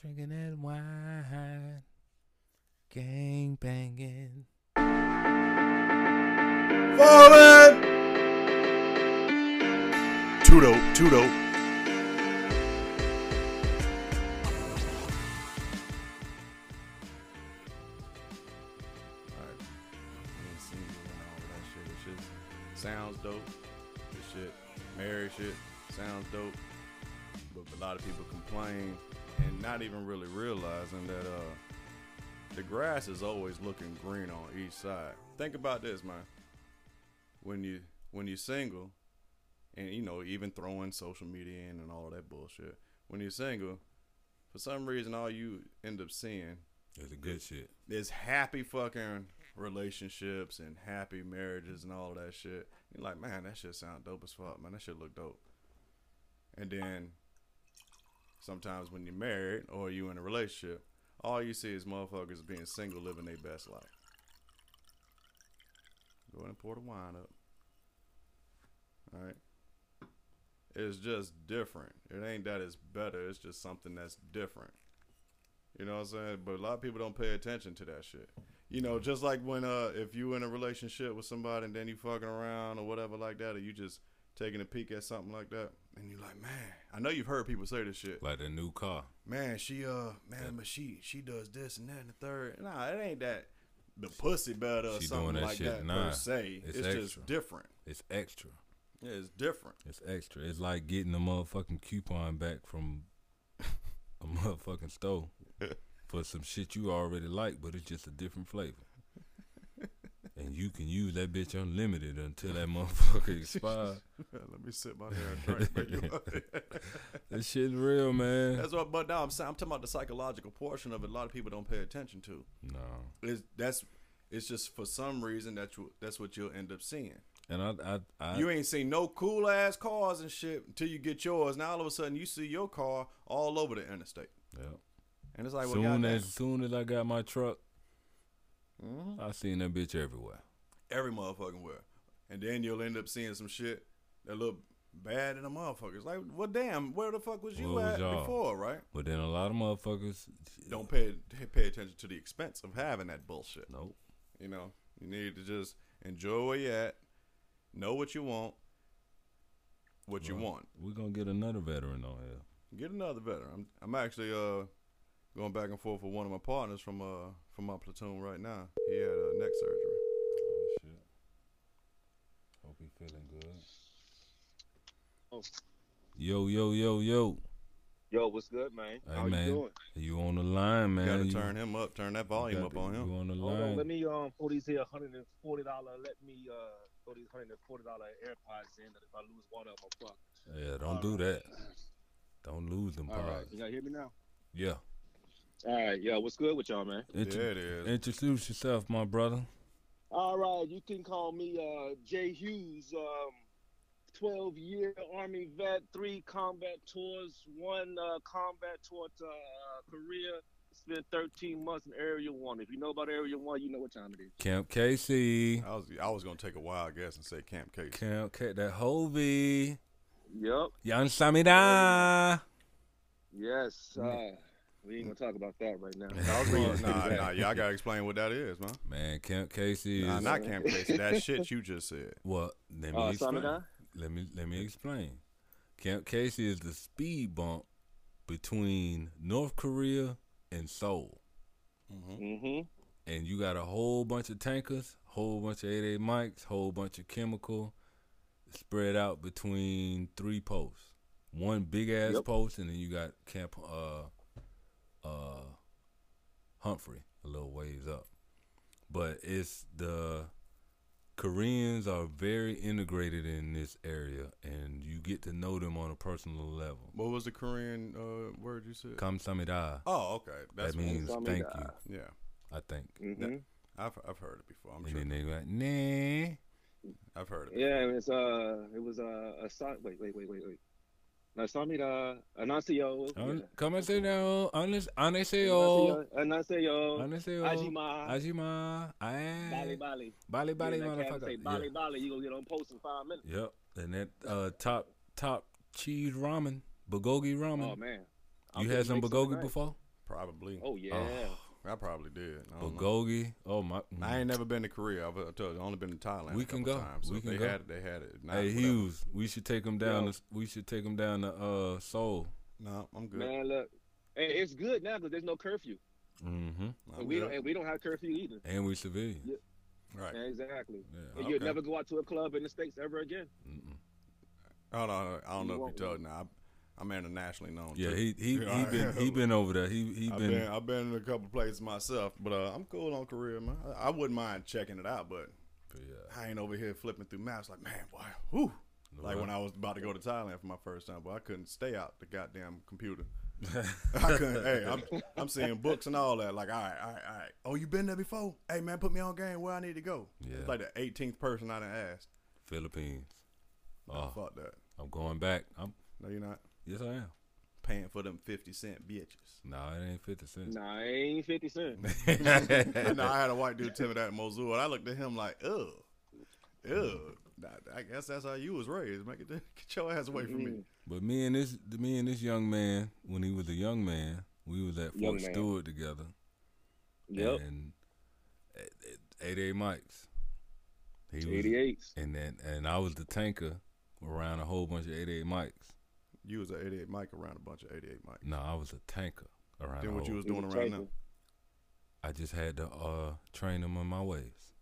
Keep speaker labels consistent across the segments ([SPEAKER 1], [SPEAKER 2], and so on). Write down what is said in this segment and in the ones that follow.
[SPEAKER 1] Drinking that wine, gang banging.
[SPEAKER 2] Falling. Too dope, too dope.
[SPEAKER 3] Alright. And season and all that shit. This shit sounds dope. This shit, married shit, sounds dope. But a lot of people complain and not even really realizing that uh the grass is always looking green on each side. Think about this, man. When you when you're single, and you know, even throwing social media in and all that bullshit. When you're single, for some reason all you end up seeing
[SPEAKER 2] That's the good shit.
[SPEAKER 3] there's happy fucking relationships and happy marriages and all that shit. You're like, man, that shit sound dope as fuck, man. That shit look dope. And then sometimes when you're married or you in a relationship, all you see is motherfuckers being single, living their best life. Go ahead and pour the wine up. All right. It's just different. It ain't that it's better. It's just something that's different. You know what I'm saying? But a lot of people don't pay attention to that shit. You know, just like when uh if you in a relationship with somebody and then you fucking around or whatever like that, or you just taking a peek at something like that, and you're like, man, I know you've heard people say this shit.
[SPEAKER 2] Like the new car.
[SPEAKER 3] Man, she uh man, but she she does this and that and the third. Nah, it ain't that the pussy better or
[SPEAKER 2] She
[SPEAKER 3] something
[SPEAKER 2] doing that
[SPEAKER 3] like
[SPEAKER 2] shit,
[SPEAKER 3] that
[SPEAKER 2] nah.
[SPEAKER 3] per se.
[SPEAKER 2] It's
[SPEAKER 3] It's,
[SPEAKER 2] extra.
[SPEAKER 3] just different.
[SPEAKER 2] It's extra.
[SPEAKER 3] Yeah, it's different.
[SPEAKER 2] It's extra. It's like getting a motherfucking coupon back from a motherfucking store for some shit you already like, but it's just a different flavor. And you can use that bitch unlimited until that motherfucker expires.
[SPEAKER 3] Let me sit my there and drink. man.
[SPEAKER 2] That shit's real, man.
[SPEAKER 3] That's what. But now I'm saying I'm talking about the psychological portion of it. A lot of people don't pay attention to.
[SPEAKER 2] No.
[SPEAKER 3] It's that's it's just for some reason that you that's what you'll end up seeing.
[SPEAKER 2] And I, I, I
[SPEAKER 3] you ain't seen no cool ass cars and shit until you get yours. Now all of a sudden you see your car all over the interstate,
[SPEAKER 2] yeah.
[SPEAKER 3] and it's like, well,
[SPEAKER 2] soon
[SPEAKER 3] goddamn,
[SPEAKER 2] as soon as I got my truck,
[SPEAKER 3] Mm-hmm.
[SPEAKER 2] I seen that bitch everywhere.
[SPEAKER 3] every motherfucking where, and then you'll end up seeing some shit that look bad in the motherfuckers. Like, well, damn, where the fuck was you
[SPEAKER 2] Where was
[SPEAKER 3] at
[SPEAKER 2] y'all?
[SPEAKER 3] before, right?
[SPEAKER 2] But then a lot of motherfuckers
[SPEAKER 3] Don't pay pay attention to the expense of having that bullshit.
[SPEAKER 2] Nope.
[SPEAKER 3] You know, you need to just enjoy where you at, know what you want, what you want.
[SPEAKER 2] We're gonna get another veteran on here.
[SPEAKER 3] Get another veteran. I'm I'm actually uh going back and forth with one of my partners from uh from my platoon right now. He had uh, neck surgery.
[SPEAKER 2] Oh shit. Hope he feeling good.
[SPEAKER 4] Oh.
[SPEAKER 2] Yo, yo, yo, yo.
[SPEAKER 4] Yo, what's good, man?
[SPEAKER 2] Hey,
[SPEAKER 4] How
[SPEAKER 2] man.
[SPEAKER 4] you doing?
[SPEAKER 2] You on the line, man.
[SPEAKER 3] gotta
[SPEAKER 2] you,
[SPEAKER 3] turn him up. Turn that volume up
[SPEAKER 2] gotta-
[SPEAKER 3] on him.
[SPEAKER 2] You on the
[SPEAKER 4] Hold
[SPEAKER 2] line.
[SPEAKER 4] on, let me um pull these here hundred and forty dollar. Let me uh throw these hundred and forty dollar AirPods in. If I lose one of them, I'm fucked.
[SPEAKER 2] yeah, don't do that. Don't lose them
[SPEAKER 4] All right,
[SPEAKER 2] pods.
[SPEAKER 4] can y'all hear me now?
[SPEAKER 2] Yeah.
[SPEAKER 4] All right, yeah. What's good with y'all, man?
[SPEAKER 2] Intro-
[SPEAKER 3] There it is.
[SPEAKER 2] Introduce yourself, my brother.
[SPEAKER 4] All right, you can call me uh Jay Hughes. Um, twelve year Army vet, three combat tours, one uh, combat tour to uh, Korea. Spent thirteen months in Area One. If you know about Area One, you know what time it is.
[SPEAKER 2] Camp Casey.
[SPEAKER 3] I was I was gonna take a wild guess and say Camp Case.
[SPEAKER 2] Camp K that Hovey.
[SPEAKER 4] Yep.
[SPEAKER 2] Yansamida.
[SPEAKER 4] Yes.
[SPEAKER 2] Mm.
[SPEAKER 4] Uh, we ain't gonna talk about that right now.
[SPEAKER 3] I was going nah, nah, y'all gotta explain what that is, man.
[SPEAKER 2] Man, Camp Casey is
[SPEAKER 3] Nah, not Camp Case. That shit you just said.
[SPEAKER 2] Well, let me
[SPEAKER 4] Uh,
[SPEAKER 2] explain.
[SPEAKER 4] Samida?
[SPEAKER 2] Let me let me explain. Camp Casey is the speed bump between North Korea and Seoul,
[SPEAKER 4] Mm-hmm.
[SPEAKER 2] and you got a whole bunch of tankers, whole bunch of 88 mics, whole bunch of chemical spread out between three posts. One big ass
[SPEAKER 4] Yep.
[SPEAKER 2] post, and then you got Camp uh uh Humphrey a little ways up, but it's the Koreans are very integrated in this area, and you get to know them on a personal level.
[SPEAKER 3] What was the Korean uh, word you said?
[SPEAKER 2] Kamsamida.
[SPEAKER 3] Oh, okay. That's
[SPEAKER 2] That means
[SPEAKER 4] Kamsamida.
[SPEAKER 2] thank you.
[SPEAKER 3] yeah.
[SPEAKER 2] I think.
[SPEAKER 4] Mm-hmm.
[SPEAKER 3] I've I've heard it before. I'm
[SPEAKER 2] and
[SPEAKER 3] sure.
[SPEAKER 2] then they go like, nah.
[SPEAKER 3] I've heard it.
[SPEAKER 4] Yeah, it was uh, it was uh, a son. Wait, wait, wait, wait, wait. No, Samida, Anasio,
[SPEAKER 2] Un- Come and say no. Honest, oh. honestio.
[SPEAKER 4] Anasio, Anasio,
[SPEAKER 2] Honestio.
[SPEAKER 4] Ajima,
[SPEAKER 2] Ajima.
[SPEAKER 4] Bali,
[SPEAKER 2] oh. Aye.
[SPEAKER 4] Bali.
[SPEAKER 2] Bali,
[SPEAKER 4] You
[SPEAKER 2] Bali,
[SPEAKER 4] in that cab, Say
[SPEAKER 2] motherfucker.
[SPEAKER 4] Bali,
[SPEAKER 2] Yeah.
[SPEAKER 4] Bali. You gonna get on post in five minutes.
[SPEAKER 2] Yep. And that uh, top top cheese ramen, bulgogi ramen.
[SPEAKER 4] Oh man, I'm
[SPEAKER 2] You
[SPEAKER 4] gonna
[SPEAKER 2] had some
[SPEAKER 4] make
[SPEAKER 2] bulgogi
[SPEAKER 4] tonight.
[SPEAKER 2] before?
[SPEAKER 3] Probably.
[SPEAKER 4] Oh yeah.
[SPEAKER 3] I probably did. I, don't know.
[SPEAKER 2] Bulgogi. Oh my.
[SPEAKER 3] I ain't never been to Korea. I've- I told you, I only been to Thailand.
[SPEAKER 2] We
[SPEAKER 3] a
[SPEAKER 2] can
[SPEAKER 3] couple
[SPEAKER 2] go.
[SPEAKER 3] Times. So
[SPEAKER 2] We
[SPEAKER 3] if
[SPEAKER 2] can
[SPEAKER 3] they
[SPEAKER 2] go.
[SPEAKER 3] Had it, they had it. If Not,
[SPEAKER 2] Hey
[SPEAKER 3] whatever.
[SPEAKER 2] Hughes, we should take him down.
[SPEAKER 4] Yo.
[SPEAKER 2] To, we should take him down to uh Seoul.
[SPEAKER 3] No, I'm good.
[SPEAKER 4] Man, look, hey, it's good now because there's no curfew.
[SPEAKER 2] Mm-hmm.
[SPEAKER 3] I'm
[SPEAKER 4] And we
[SPEAKER 3] Oh, good.
[SPEAKER 4] don't, and we don't have curfew either.
[SPEAKER 2] And we civilians.
[SPEAKER 3] Right.
[SPEAKER 4] Exactly.
[SPEAKER 2] Yeah.
[SPEAKER 4] And you'll
[SPEAKER 3] Okay.
[SPEAKER 4] never go out to a club in the states ever again.
[SPEAKER 2] Mm-mm.
[SPEAKER 3] Oh, no, no, I don't
[SPEAKER 4] You
[SPEAKER 3] know if
[SPEAKER 4] won't
[SPEAKER 3] you told. Now, I'm internationally known.
[SPEAKER 2] Yeah.
[SPEAKER 3] too.
[SPEAKER 2] He he
[SPEAKER 3] Yeah,
[SPEAKER 2] he
[SPEAKER 3] I-
[SPEAKER 2] been he been over there. He he
[SPEAKER 3] I've
[SPEAKER 2] been,
[SPEAKER 3] been, I've been in a couple places myself, but uh, I'm cool on Korea, man. I, I wouldn't mind checking it out, but
[SPEAKER 2] Yeah.
[SPEAKER 3] I ain't over here flipping through maps like, man, boy, whew. Like when I was about to go to Thailand for my first time, but I couldn't stay out the goddamn computer. I couldn't. hey, I'm, I'm seeing books and all that. Like, all right, all right, all right. Oh, you been there before? Hey, man, put me on game where I need to go.
[SPEAKER 2] Yeah.
[SPEAKER 3] It's like the 18th person I done asked.
[SPEAKER 2] Philippines.
[SPEAKER 3] No,
[SPEAKER 2] Oh.
[SPEAKER 3] fuck that.
[SPEAKER 2] I'm going back. I'm
[SPEAKER 3] No, you're not
[SPEAKER 2] yes I am.
[SPEAKER 3] paying for them 50 cent bitches.
[SPEAKER 2] Nah, it ain't fifty cents.
[SPEAKER 4] Nah, it ain't fifty cent.
[SPEAKER 3] I know I had a white dude tell me that in Mosul, and I looked at him like, ugh, ugh. I- I guess that's how you was raised. Man, get, the, get your ass away from
[SPEAKER 4] Mm-hmm.
[SPEAKER 3] me.
[SPEAKER 2] But me and this me and this young man, when he was a young man, we was at
[SPEAKER 4] Young
[SPEAKER 2] Fort
[SPEAKER 4] man.
[SPEAKER 2] Stewart together.
[SPEAKER 4] Yep.
[SPEAKER 2] And eighty eight mics. He was-
[SPEAKER 4] Eighty eight.
[SPEAKER 2] and then and I was the tanker around a whole bunch of eighty eight mics.
[SPEAKER 3] You was an 88 mic around a bunch of 88 mic.
[SPEAKER 2] No, I was a tanker around. a
[SPEAKER 3] Then what you
[SPEAKER 2] whole-
[SPEAKER 3] was doing around them?
[SPEAKER 2] I just had to uh train them on my ways.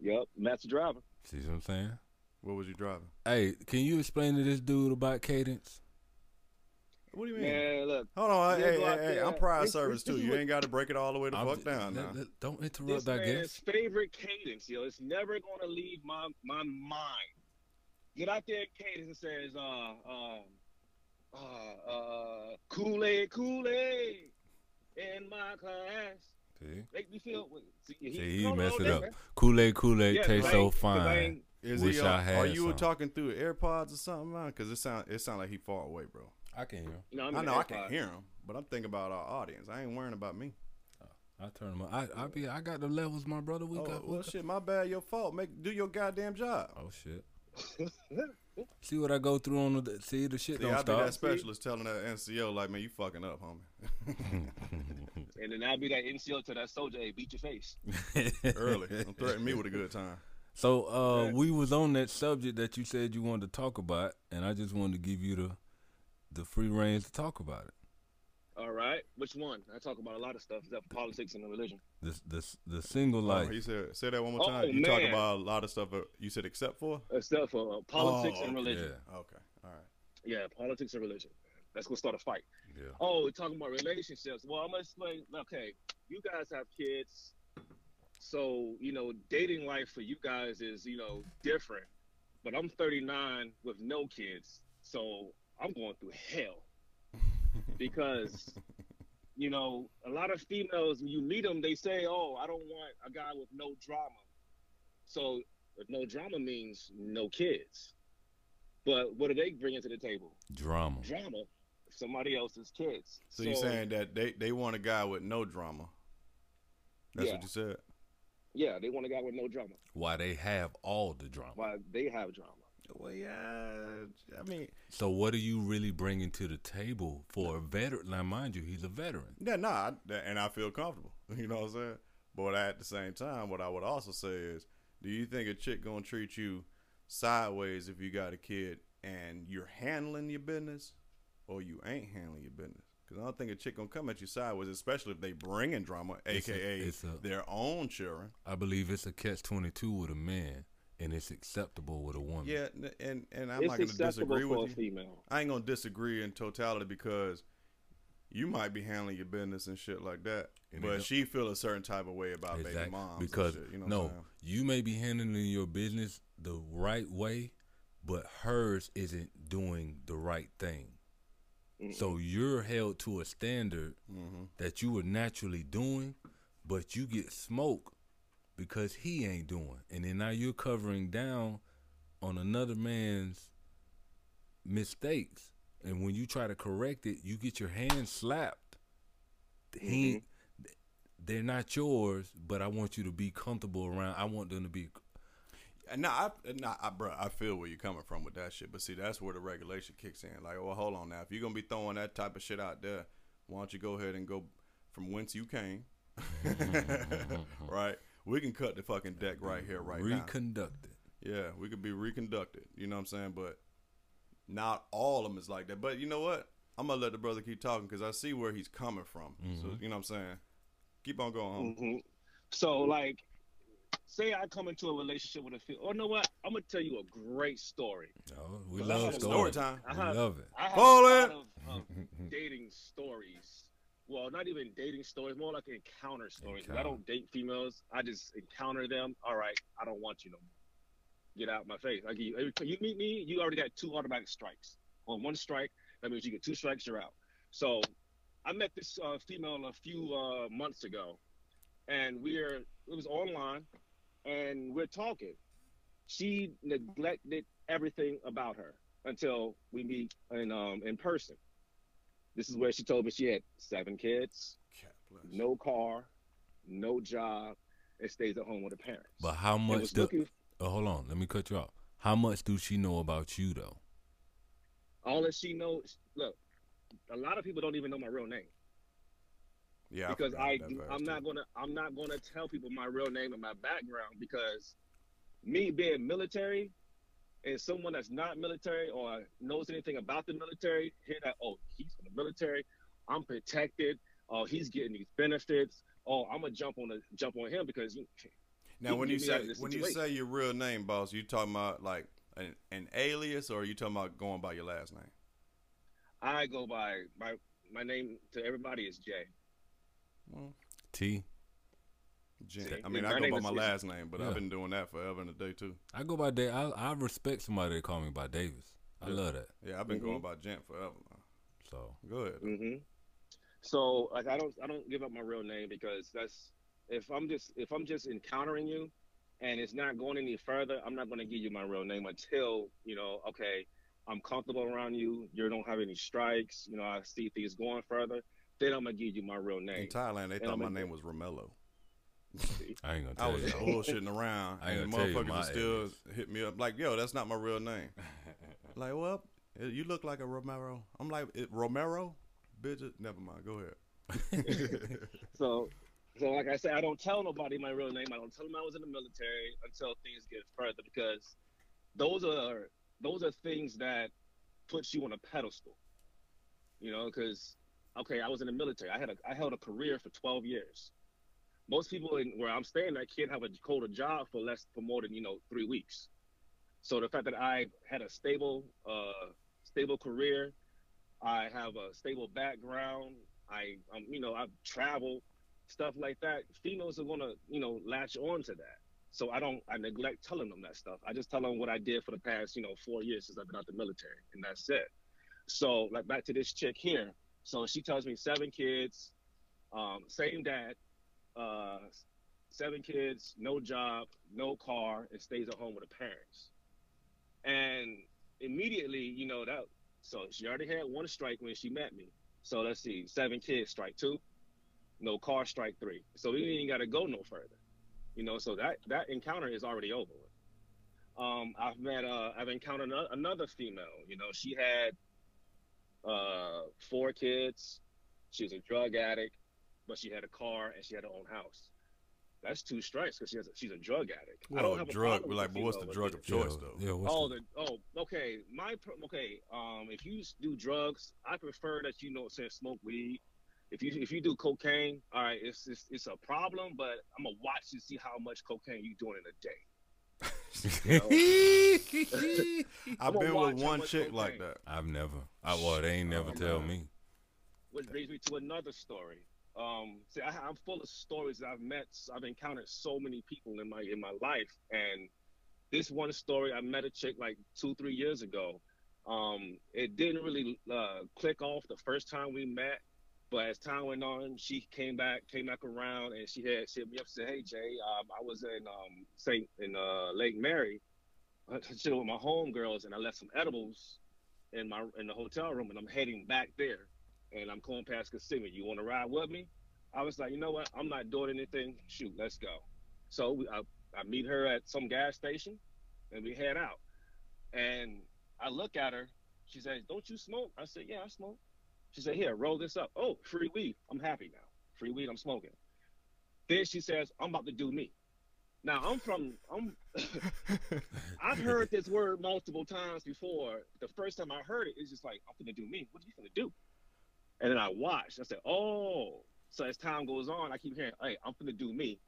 [SPEAKER 4] Yep. Master driver.
[SPEAKER 2] See what I'm saying?
[SPEAKER 3] What was you driving?
[SPEAKER 2] Hey, can you explain to this dude about cadence?
[SPEAKER 3] What do you mean?
[SPEAKER 4] Man, look.
[SPEAKER 3] Hold on,
[SPEAKER 4] You
[SPEAKER 3] hey,
[SPEAKER 4] go out
[SPEAKER 3] hey, hey,
[SPEAKER 4] there,
[SPEAKER 3] I'm proud
[SPEAKER 4] this-
[SPEAKER 3] of service
[SPEAKER 4] this
[SPEAKER 3] too.
[SPEAKER 4] is
[SPEAKER 3] You
[SPEAKER 4] what-
[SPEAKER 3] ain't got to break it all the way the
[SPEAKER 2] I'm-
[SPEAKER 3] fuck down.
[SPEAKER 2] let-
[SPEAKER 3] Now.
[SPEAKER 2] let- don't
[SPEAKER 4] This
[SPEAKER 2] interrupt. I
[SPEAKER 4] man's
[SPEAKER 2] guess.
[SPEAKER 4] favorite cadence, yo. It's never gonna leave my my mind. Get out there, cadence, and says, uh, um, uh, uh, Kool Aid, Kool Aid, in my class.
[SPEAKER 2] See,
[SPEAKER 4] Make me feel. See, he,
[SPEAKER 2] See, he
[SPEAKER 4] no, no,
[SPEAKER 2] messed it
[SPEAKER 4] that-
[SPEAKER 2] up. Kool Aid, Kool Aid,
[SPEAKER 4] yeah, 'cause
[SPEAKER 2] tastes
[SPEAKER 4] I
[SPEAKER 2] so
[SPEAKER 4] ain't- 'cause I
[SPEAKER 2] fine.
[SPEAKER 4] ain't-
[SPEAKER 3] Is
[SPEAKER 2] Wish
[SPEAKER 3] he?
[SPEAKER 2] I
[SPEAKER 3] uh,
[SPEAKER 2] had
[SPEAKER 3] are you
[SPEAKER 2] some.
[SPEAKER 3] talking through AirPods or something, man? Because it sound it sound like he far away, bro.
[SPEAKER 2] I can hear. him.
[SPEAKER 4] You know, I'm
[SPEAKER 3] I
[SPEAKER 4] in
[SPEAKER 3] know I
[SPEAKER 4] AirPods.
[SPEAKER 3] can hear him, but I'm thinking about our audience. I ain't worrying about me.
[SPEAKER 2] I turn him. On. I I be. I got the levels, my brother. We
[SPEAKER 3] Oh,
[SPEAKER 2] got.
[SPEAKER 3] well, shit, my bad. Your fault. Make do your goddamn job.
[SPEAKER 2] Oh shit. see what I go through on the. See the shit
[SPEAKER 3] See,
[SPEAKER 2] don't
[SPEAKER 3] I'll be
[SPEAKER 2] stop.
[SPEAKER 3] that specialist telling that NCO like, man, you fucking up, homie.
[SPEAKER 4] And then I'll be that NCO to that soldier. Hey, beat your face.
[SPEAKER 3] Early, don't threaten me with a good time.
[SPEAKER 2] So uh,
[SPEAKER 4] Yeah.
[SPEAKER 2] we was on that subject that you said you wanted to talk about, and I just wanted to give you the the free reign to talk about it.
[SPEAKER 4] All right. Which one? I talk about a lot of stuff except for politics and religion.
[SPEAKER 2] The the the single
[SPEAKER 3] Oh,
[SPEAKER 2] life.
[SPEAKER 3] he said, say that one more
[SPEAKER 4] Oh,
[SPEAKER 3] time. you talk
[SPEAKER 4] man.
[SPEAKER 3] about a lot of stuff. uh, You said except for.
[SPEAKER 4] Except for uh, politics
[SPEAKER 3] Oh,
[SPEAKER 4] and religion.
[SPEAKER 2] Yeah,
[SPEAKER 3] Okay, all right.
[SPEAKER 4] Yeah. politics and religion. That's gonna start a fight.
[SPEAKER 2] yeah.
[SPEAKER 4] Oh, we're talking about relationships. Well, I'm gonna explain. Okay, you guys have kids, so you know dating life for you guys is you know different. But I'm 39 with no kids, so I'm going through hell because you know a lot of females when you meet them they say oh i don't want a guy with no drama so if no drama means no kids but what are they bringing to the table
[SPEAKER 2] Drama.
[SPEAKER 4] drama of somebody else's kids
[SPEAKER 3] So, you're saying that they they want a guy with no drama? That's
[SPEAKER 4] Yeah.
[SPEAKER 3] what you said.
[SPEAKER 4] yeah they want a guy with no drama
[SPEAKER 2] Why they have all the drama.
[SPEAKER 4] why they have drama
[SPEAKER 3] Well, yeah. I mean,
[SPEAKER 2] So what are you really bringing to the table for a veteran? Now, mind you, he's a veteran.
[SPEAKER 3] yeah, nah, I- and I feel comfortable. You know what I'm saying? But at the same time, what I would also say is, do you think a chick gonna treat you sideways if you got a kid and you're handling your business, or you ain't handling your business? Because I don't think a chick gonna come at you sideways, especially if they bringing drama,
[SPEAKER 2] It's a-
[SPEAKER 3] aka
[SPEAKER 2] it's a-
[SPEAKER 3] their own children.
[SPEAKER 2] I believe it's a catch twenty two with a man, and it's acceptable with a woman.
[SPEAKER 3] Yeah, n- and and I'm not
[SPEAKER 4] it's
[SPEAKER 3] gonna
[SPEAKER 4] acceptable
[SPEAKER 3] disagree with
[SPEAKER 4] for
[SPEAKER 3] you.
[SPEAKER 4] a female
[SPEAKER 3] I ain't gonna disagree in totality because you might be handling your business and shit like that,
[SPEAKER 2] And it
[SPEAKER 3] but
[SPEAKER 2] don't-
[SPEAKER 3] she feel a certain type of way about baby
[SPEAKER 2] Exact-
[SPEAKER 3] moms and
[SPEAKER 2] Because
[SPEAKER 3] shit, you know what
[SPEAKER 2] no,
[SPEAKER 3] I'm saying?
[SPEAKER 2] you may be handling your business the right way, but hers isn't doing the right thing. So you're held to a standard
[SPEAKER 3] Mm-hmm.
[SPEAKER 2] that you were naturally doing, but you get smoke because he ain't doing, and then now you're covering down on another man's mistakes. And when you try to correct it, you get your hand slapped. He ain't-
[SPEAKER 3] Mm-hmm.
[SPEAKER 2] they're not yours, but I want you to be comfortable around. I want them to be.
[SPEAKER 3] And nah, I, nah, I, bro, I feel where you're coming from with that shit, but see, that's where the regulation kicks in. Like, well, hold on now, if you're gonna be throwing that type of shit out there, why don't you go ahead and go from whence you came.
[SPEAKER 2] Mm.
[SPEAKER 3] right? We can cut the fucking deck right here, right now.
[SPEAKER 2] Reconducted.
[SPEAKER 3] Yeah, we could be reconducted. You know what I'm saying? But not all of them is like that. But you know what? I'm gonna let the brother keep talking because I see where he's coming from. So you know what I'm saying? Keep on going. Home.
[SPEAKER 4] hmm So like, say I come into a relationship with a feel. Oh, know what? I'm gonna tell you a great story.
[SPEAKER 2] Oh, we
[SPEAKER 4] Well,
[SPEAKER 2] love
[SPEAKER 4] that's
[SPEAKER 2] stories.
[SPEAKER 3] uh, Story time.
[SPEAKER 2] We
[SPEAKER 4] Uh-huh.
[SPEAKER 2] love it.
[SPEAKER 4] I have
[SPEAKER 3] Call
[SPEAKER 4] a
[SPEAKER 3] it.
[SPEAKER 4] lot of, um,
[SPEAKER 2] Mm.
[SPEAKER 4] of dating stories. Well, not even dating stories, more like encounter stories. 'Cause I
[SPEAKER 2] Encounter.
[SPEAKER 4] don't date females. I just encounter them. All right, I don't want you no more. Get out my face. I give you, every time you meet me, you already got two automatic strikes. On one strike, that means you get two strikes, you're out. So I met this uh, female a few uh, months ago, and we're it was online, and we're talking. She neglected everything about her until we meet in um in person. This is where she told me she had seven kids,
[SPEAKER 3] God bless.
[SPEAKER 4] no car, no job, and stays at home with her parents.
[SPEAKER 2] But how
[SPEAKER 4] And
[SPEAKER 2] much
[SPEAKER 4] was
[SPEAKER 2] do?
[SPEAKER 4] looking-
[SPEAKER 2] oh, hold on, let me cut you off. How much do she know about you though?
[SPEAKER 4] all that she knows. Look, a lot of people don't even know my real name
[SPEAKER 3] Yeah,
[SPEAKER 4] because
[SPEAKER 3] forgot
[SPEAKER 4] I
[SPEAKER 3] that verse,
[SPEAKER 4] I'm
[SPEAKER 3] too.
[SPEAKER 4] not gonna I'm not gonna tell people my real name and my background because me being military and someone that's not military or knows anything about the military hear that oh he's from the military I'm protected oh he's getting these benefits oh I'm gonna jump on the jump on him because you,
[SPEAKER 3] Now,
[SPEAKER 4] You
[SPEAKER 3] when
[SPEAKER 4] can
[SPEAKER 3] you
[SPEAKER 4] get me out
[SPEAKER 3] say
[SPEAKER 4] of this
[SPEAKER 3] when you
[SPEAKER 4] situation.
[SPEAKER 3] say your real name, boss, you talking about like an, an alias, or are you talking about going by your last name?
[SPEAKER 4] I go by my my name to everybody is Jay
[SPEAKER 3] Well,
[SPEAKER 2] T.
[SPEAKER 3] Jen.
[SPEAKER 4] See,
[SPEAKER 3] I mean,
[SPEAKER 4] my
[SPEAKER 3] I go
[SPEAKER 4] name
[SPEAKER 3] by
[SPEAKER 4] is
[SPEAKER 3] my
[SPEAKER 4] Jen.
[SPEAKER 3] last name, but I've
[SPEAKER 2] Yeah.
[SPEAKER 3] been doing that forever and a day too.
[SPEAKER 2] I go by Dave. I, I respect somebody that call me by Davis. I
[SPEAKER 3] Yeah.
[SPEAKER 2] love that.
[SPEAKER 3] Yeah, I've been
[SPEAKER 4] Mhm.
[SPEAKER 3] going by Gent forever.
[SPEAKER 2] So
[SPEAKER 3] Go ahead.
[SPEAKER 4] hmm So like I don't I don't give up my real name because that's if I'm just if I'm just encountering you and it's not going any further, I'm not going to give you my real name until you know okay I'm comfortable around you. You don't have any strikes. You know I see things going further. Then I'm gonna give you my real
[SPEAKER 3] In
[SPEAKER 4] name.
[SPEAKER 3] Thailand, they
[SPEAKER 4] And
[SPEAKER 3] thought
[SPEAKER 4] I'm
[SPEAKER 3] my
[SPEAKER 4] in-
[SPEAKER 3] name was Romello.
[SPEAKER 2] I ain't gonna
[SPEAKER 3] I
[SPEAKER 2] tell
[SPEAKER 3] was
[SPEAKER 2] you.
[SPEAKER 3] just bullshitting around,
[SPEAKER 2] I ain't
[SPEAKER 3] and the
[SPEAKER 2] gonna tell
[SPEAKER 3] motherfuckers
[SPEAKER 2] you my
[SPEAKER 3] would still hit me up like, "Yo, that's not my real name." like, well, you look like a Romero. I'm like, it, Romero, bitch. it- Never mind. Go ahead.
[SPEAKER 4] So, so like I said, I don't tell nobody my real name. I don't tell them I was in the military until things get further because those are those are things that puts you on a pedestal. You know, because okay, I was in the military. I had a I held a career for twelve years. Most people in where I'm staying, I can't have a hold a job for less for more than you know three weeks. So the fact that I had a stable uh stable career, I have a stable background. I, um, you know, I've traveled, stuff like that. Females are gonna, you know, latch on to that. So I don't, I neglect telling them that stuff. I just tell them what I did for the past, you know, four years since I've been out the military, and that's it. So like back to this chick here. So she tells me seven kids, um, same dad, uh, seven kids, no job, no car, and stays at home with her parents. And immediately, you know, that so she already had one strike when she met me. So let's see, seven kids strike two, no car strike three. So we ain't got to go no further, you know. So that that encounter is already over. with. Um, I've met, uh, I've encountered ano- another female. You know, she had uh, four kids. She was a drug addict, but she had a car and she had her own house. That's two strikes because she has a, she's a drug addict. I
[SPEAKER 3] well,
[SPEAKER 4] don't have a
[SPEAKER 3] drug.
[SPEAKER 4] problem
[SPEAKER 3] But
[SPEAKER 4] with
[SPEAKER 3] like,
[SPEAKER 4] a
[SPEAKER 3] but what's the
[SPEAKER 4] female,
[SPEAKER 3] drug
[SPEAKER 4] but-
[SPEAKER 3] of choice
[SPEAKER 2] yeah,
[SPEAKER 3] though?
[SPEAKER 2] Yeah, what's
[SPEAKER 4] oh,
[SPEAKER 2] the-
[SPEAKER 4] the, oh, okay. My pr- okay. Um, if you s- do drugs, I prefer that you know say smoke weed. If you if you do cocaine, all right, it's it's, it's a problem, but I'm gonna watch to see how much cocaine you doing in a day.
[SPEAKER 3] I've
[SPEAKER 4] I'ma
[SPEAKER 3] been
[SPEAKER 4] watch
[SPEAKER 3] with
[SPEAKER 4] how
[SPEAKER 3] one
[SPEAKER 4] much
[SPEAKER 3] chick
[SPEAKER 4] cocaine.
[SPEAKER 3] like that.
[SPEAKER 2] I've never. I well, they ain't never
[SPEAKER 3] Oh,
[SPEAKER 2] tell
[SPEAKER 3] man.
[SPEAKER 2] me.
[SPEAKER 4] Which brings me to another story. Um, see, I, I'm full of stories that I've met. I've encountered so many people in my in my life, and this one story, I met a chick like two, three years ago. Um, it didn't really uh, click off the first time we met, but as time went on, she came back, came back around, and she had she hit me up, said, "Hey Jay, um, I was in um, Saint in uh, Lake Mary, I was chilling with my homegirls, and I left some edibles in my in the hotel room, and I'm heading back there, and I'm going past Kissimmee. You want to ride with me?" I was like, "You know what? I'm not doing anything. Shoot, let's go." So we, I, I meet her at some gas station, and we head out. And I look at her. She says, "Don't you smoke?" I said, "Yeah, I smoke." She said, "Here, roll this up. Oh, free weed. I'm happy now." free weed, I'm smoking. Then she says, I'm about to do me. Now I'm from I'm I've heard this word multiple times before. The first time I heard it, it's just like, I'm gonna do me. What are you gonna do? And then I watched. I said, Oh. So as time goes on, I keep hearing, Hey, I'm gonna do me.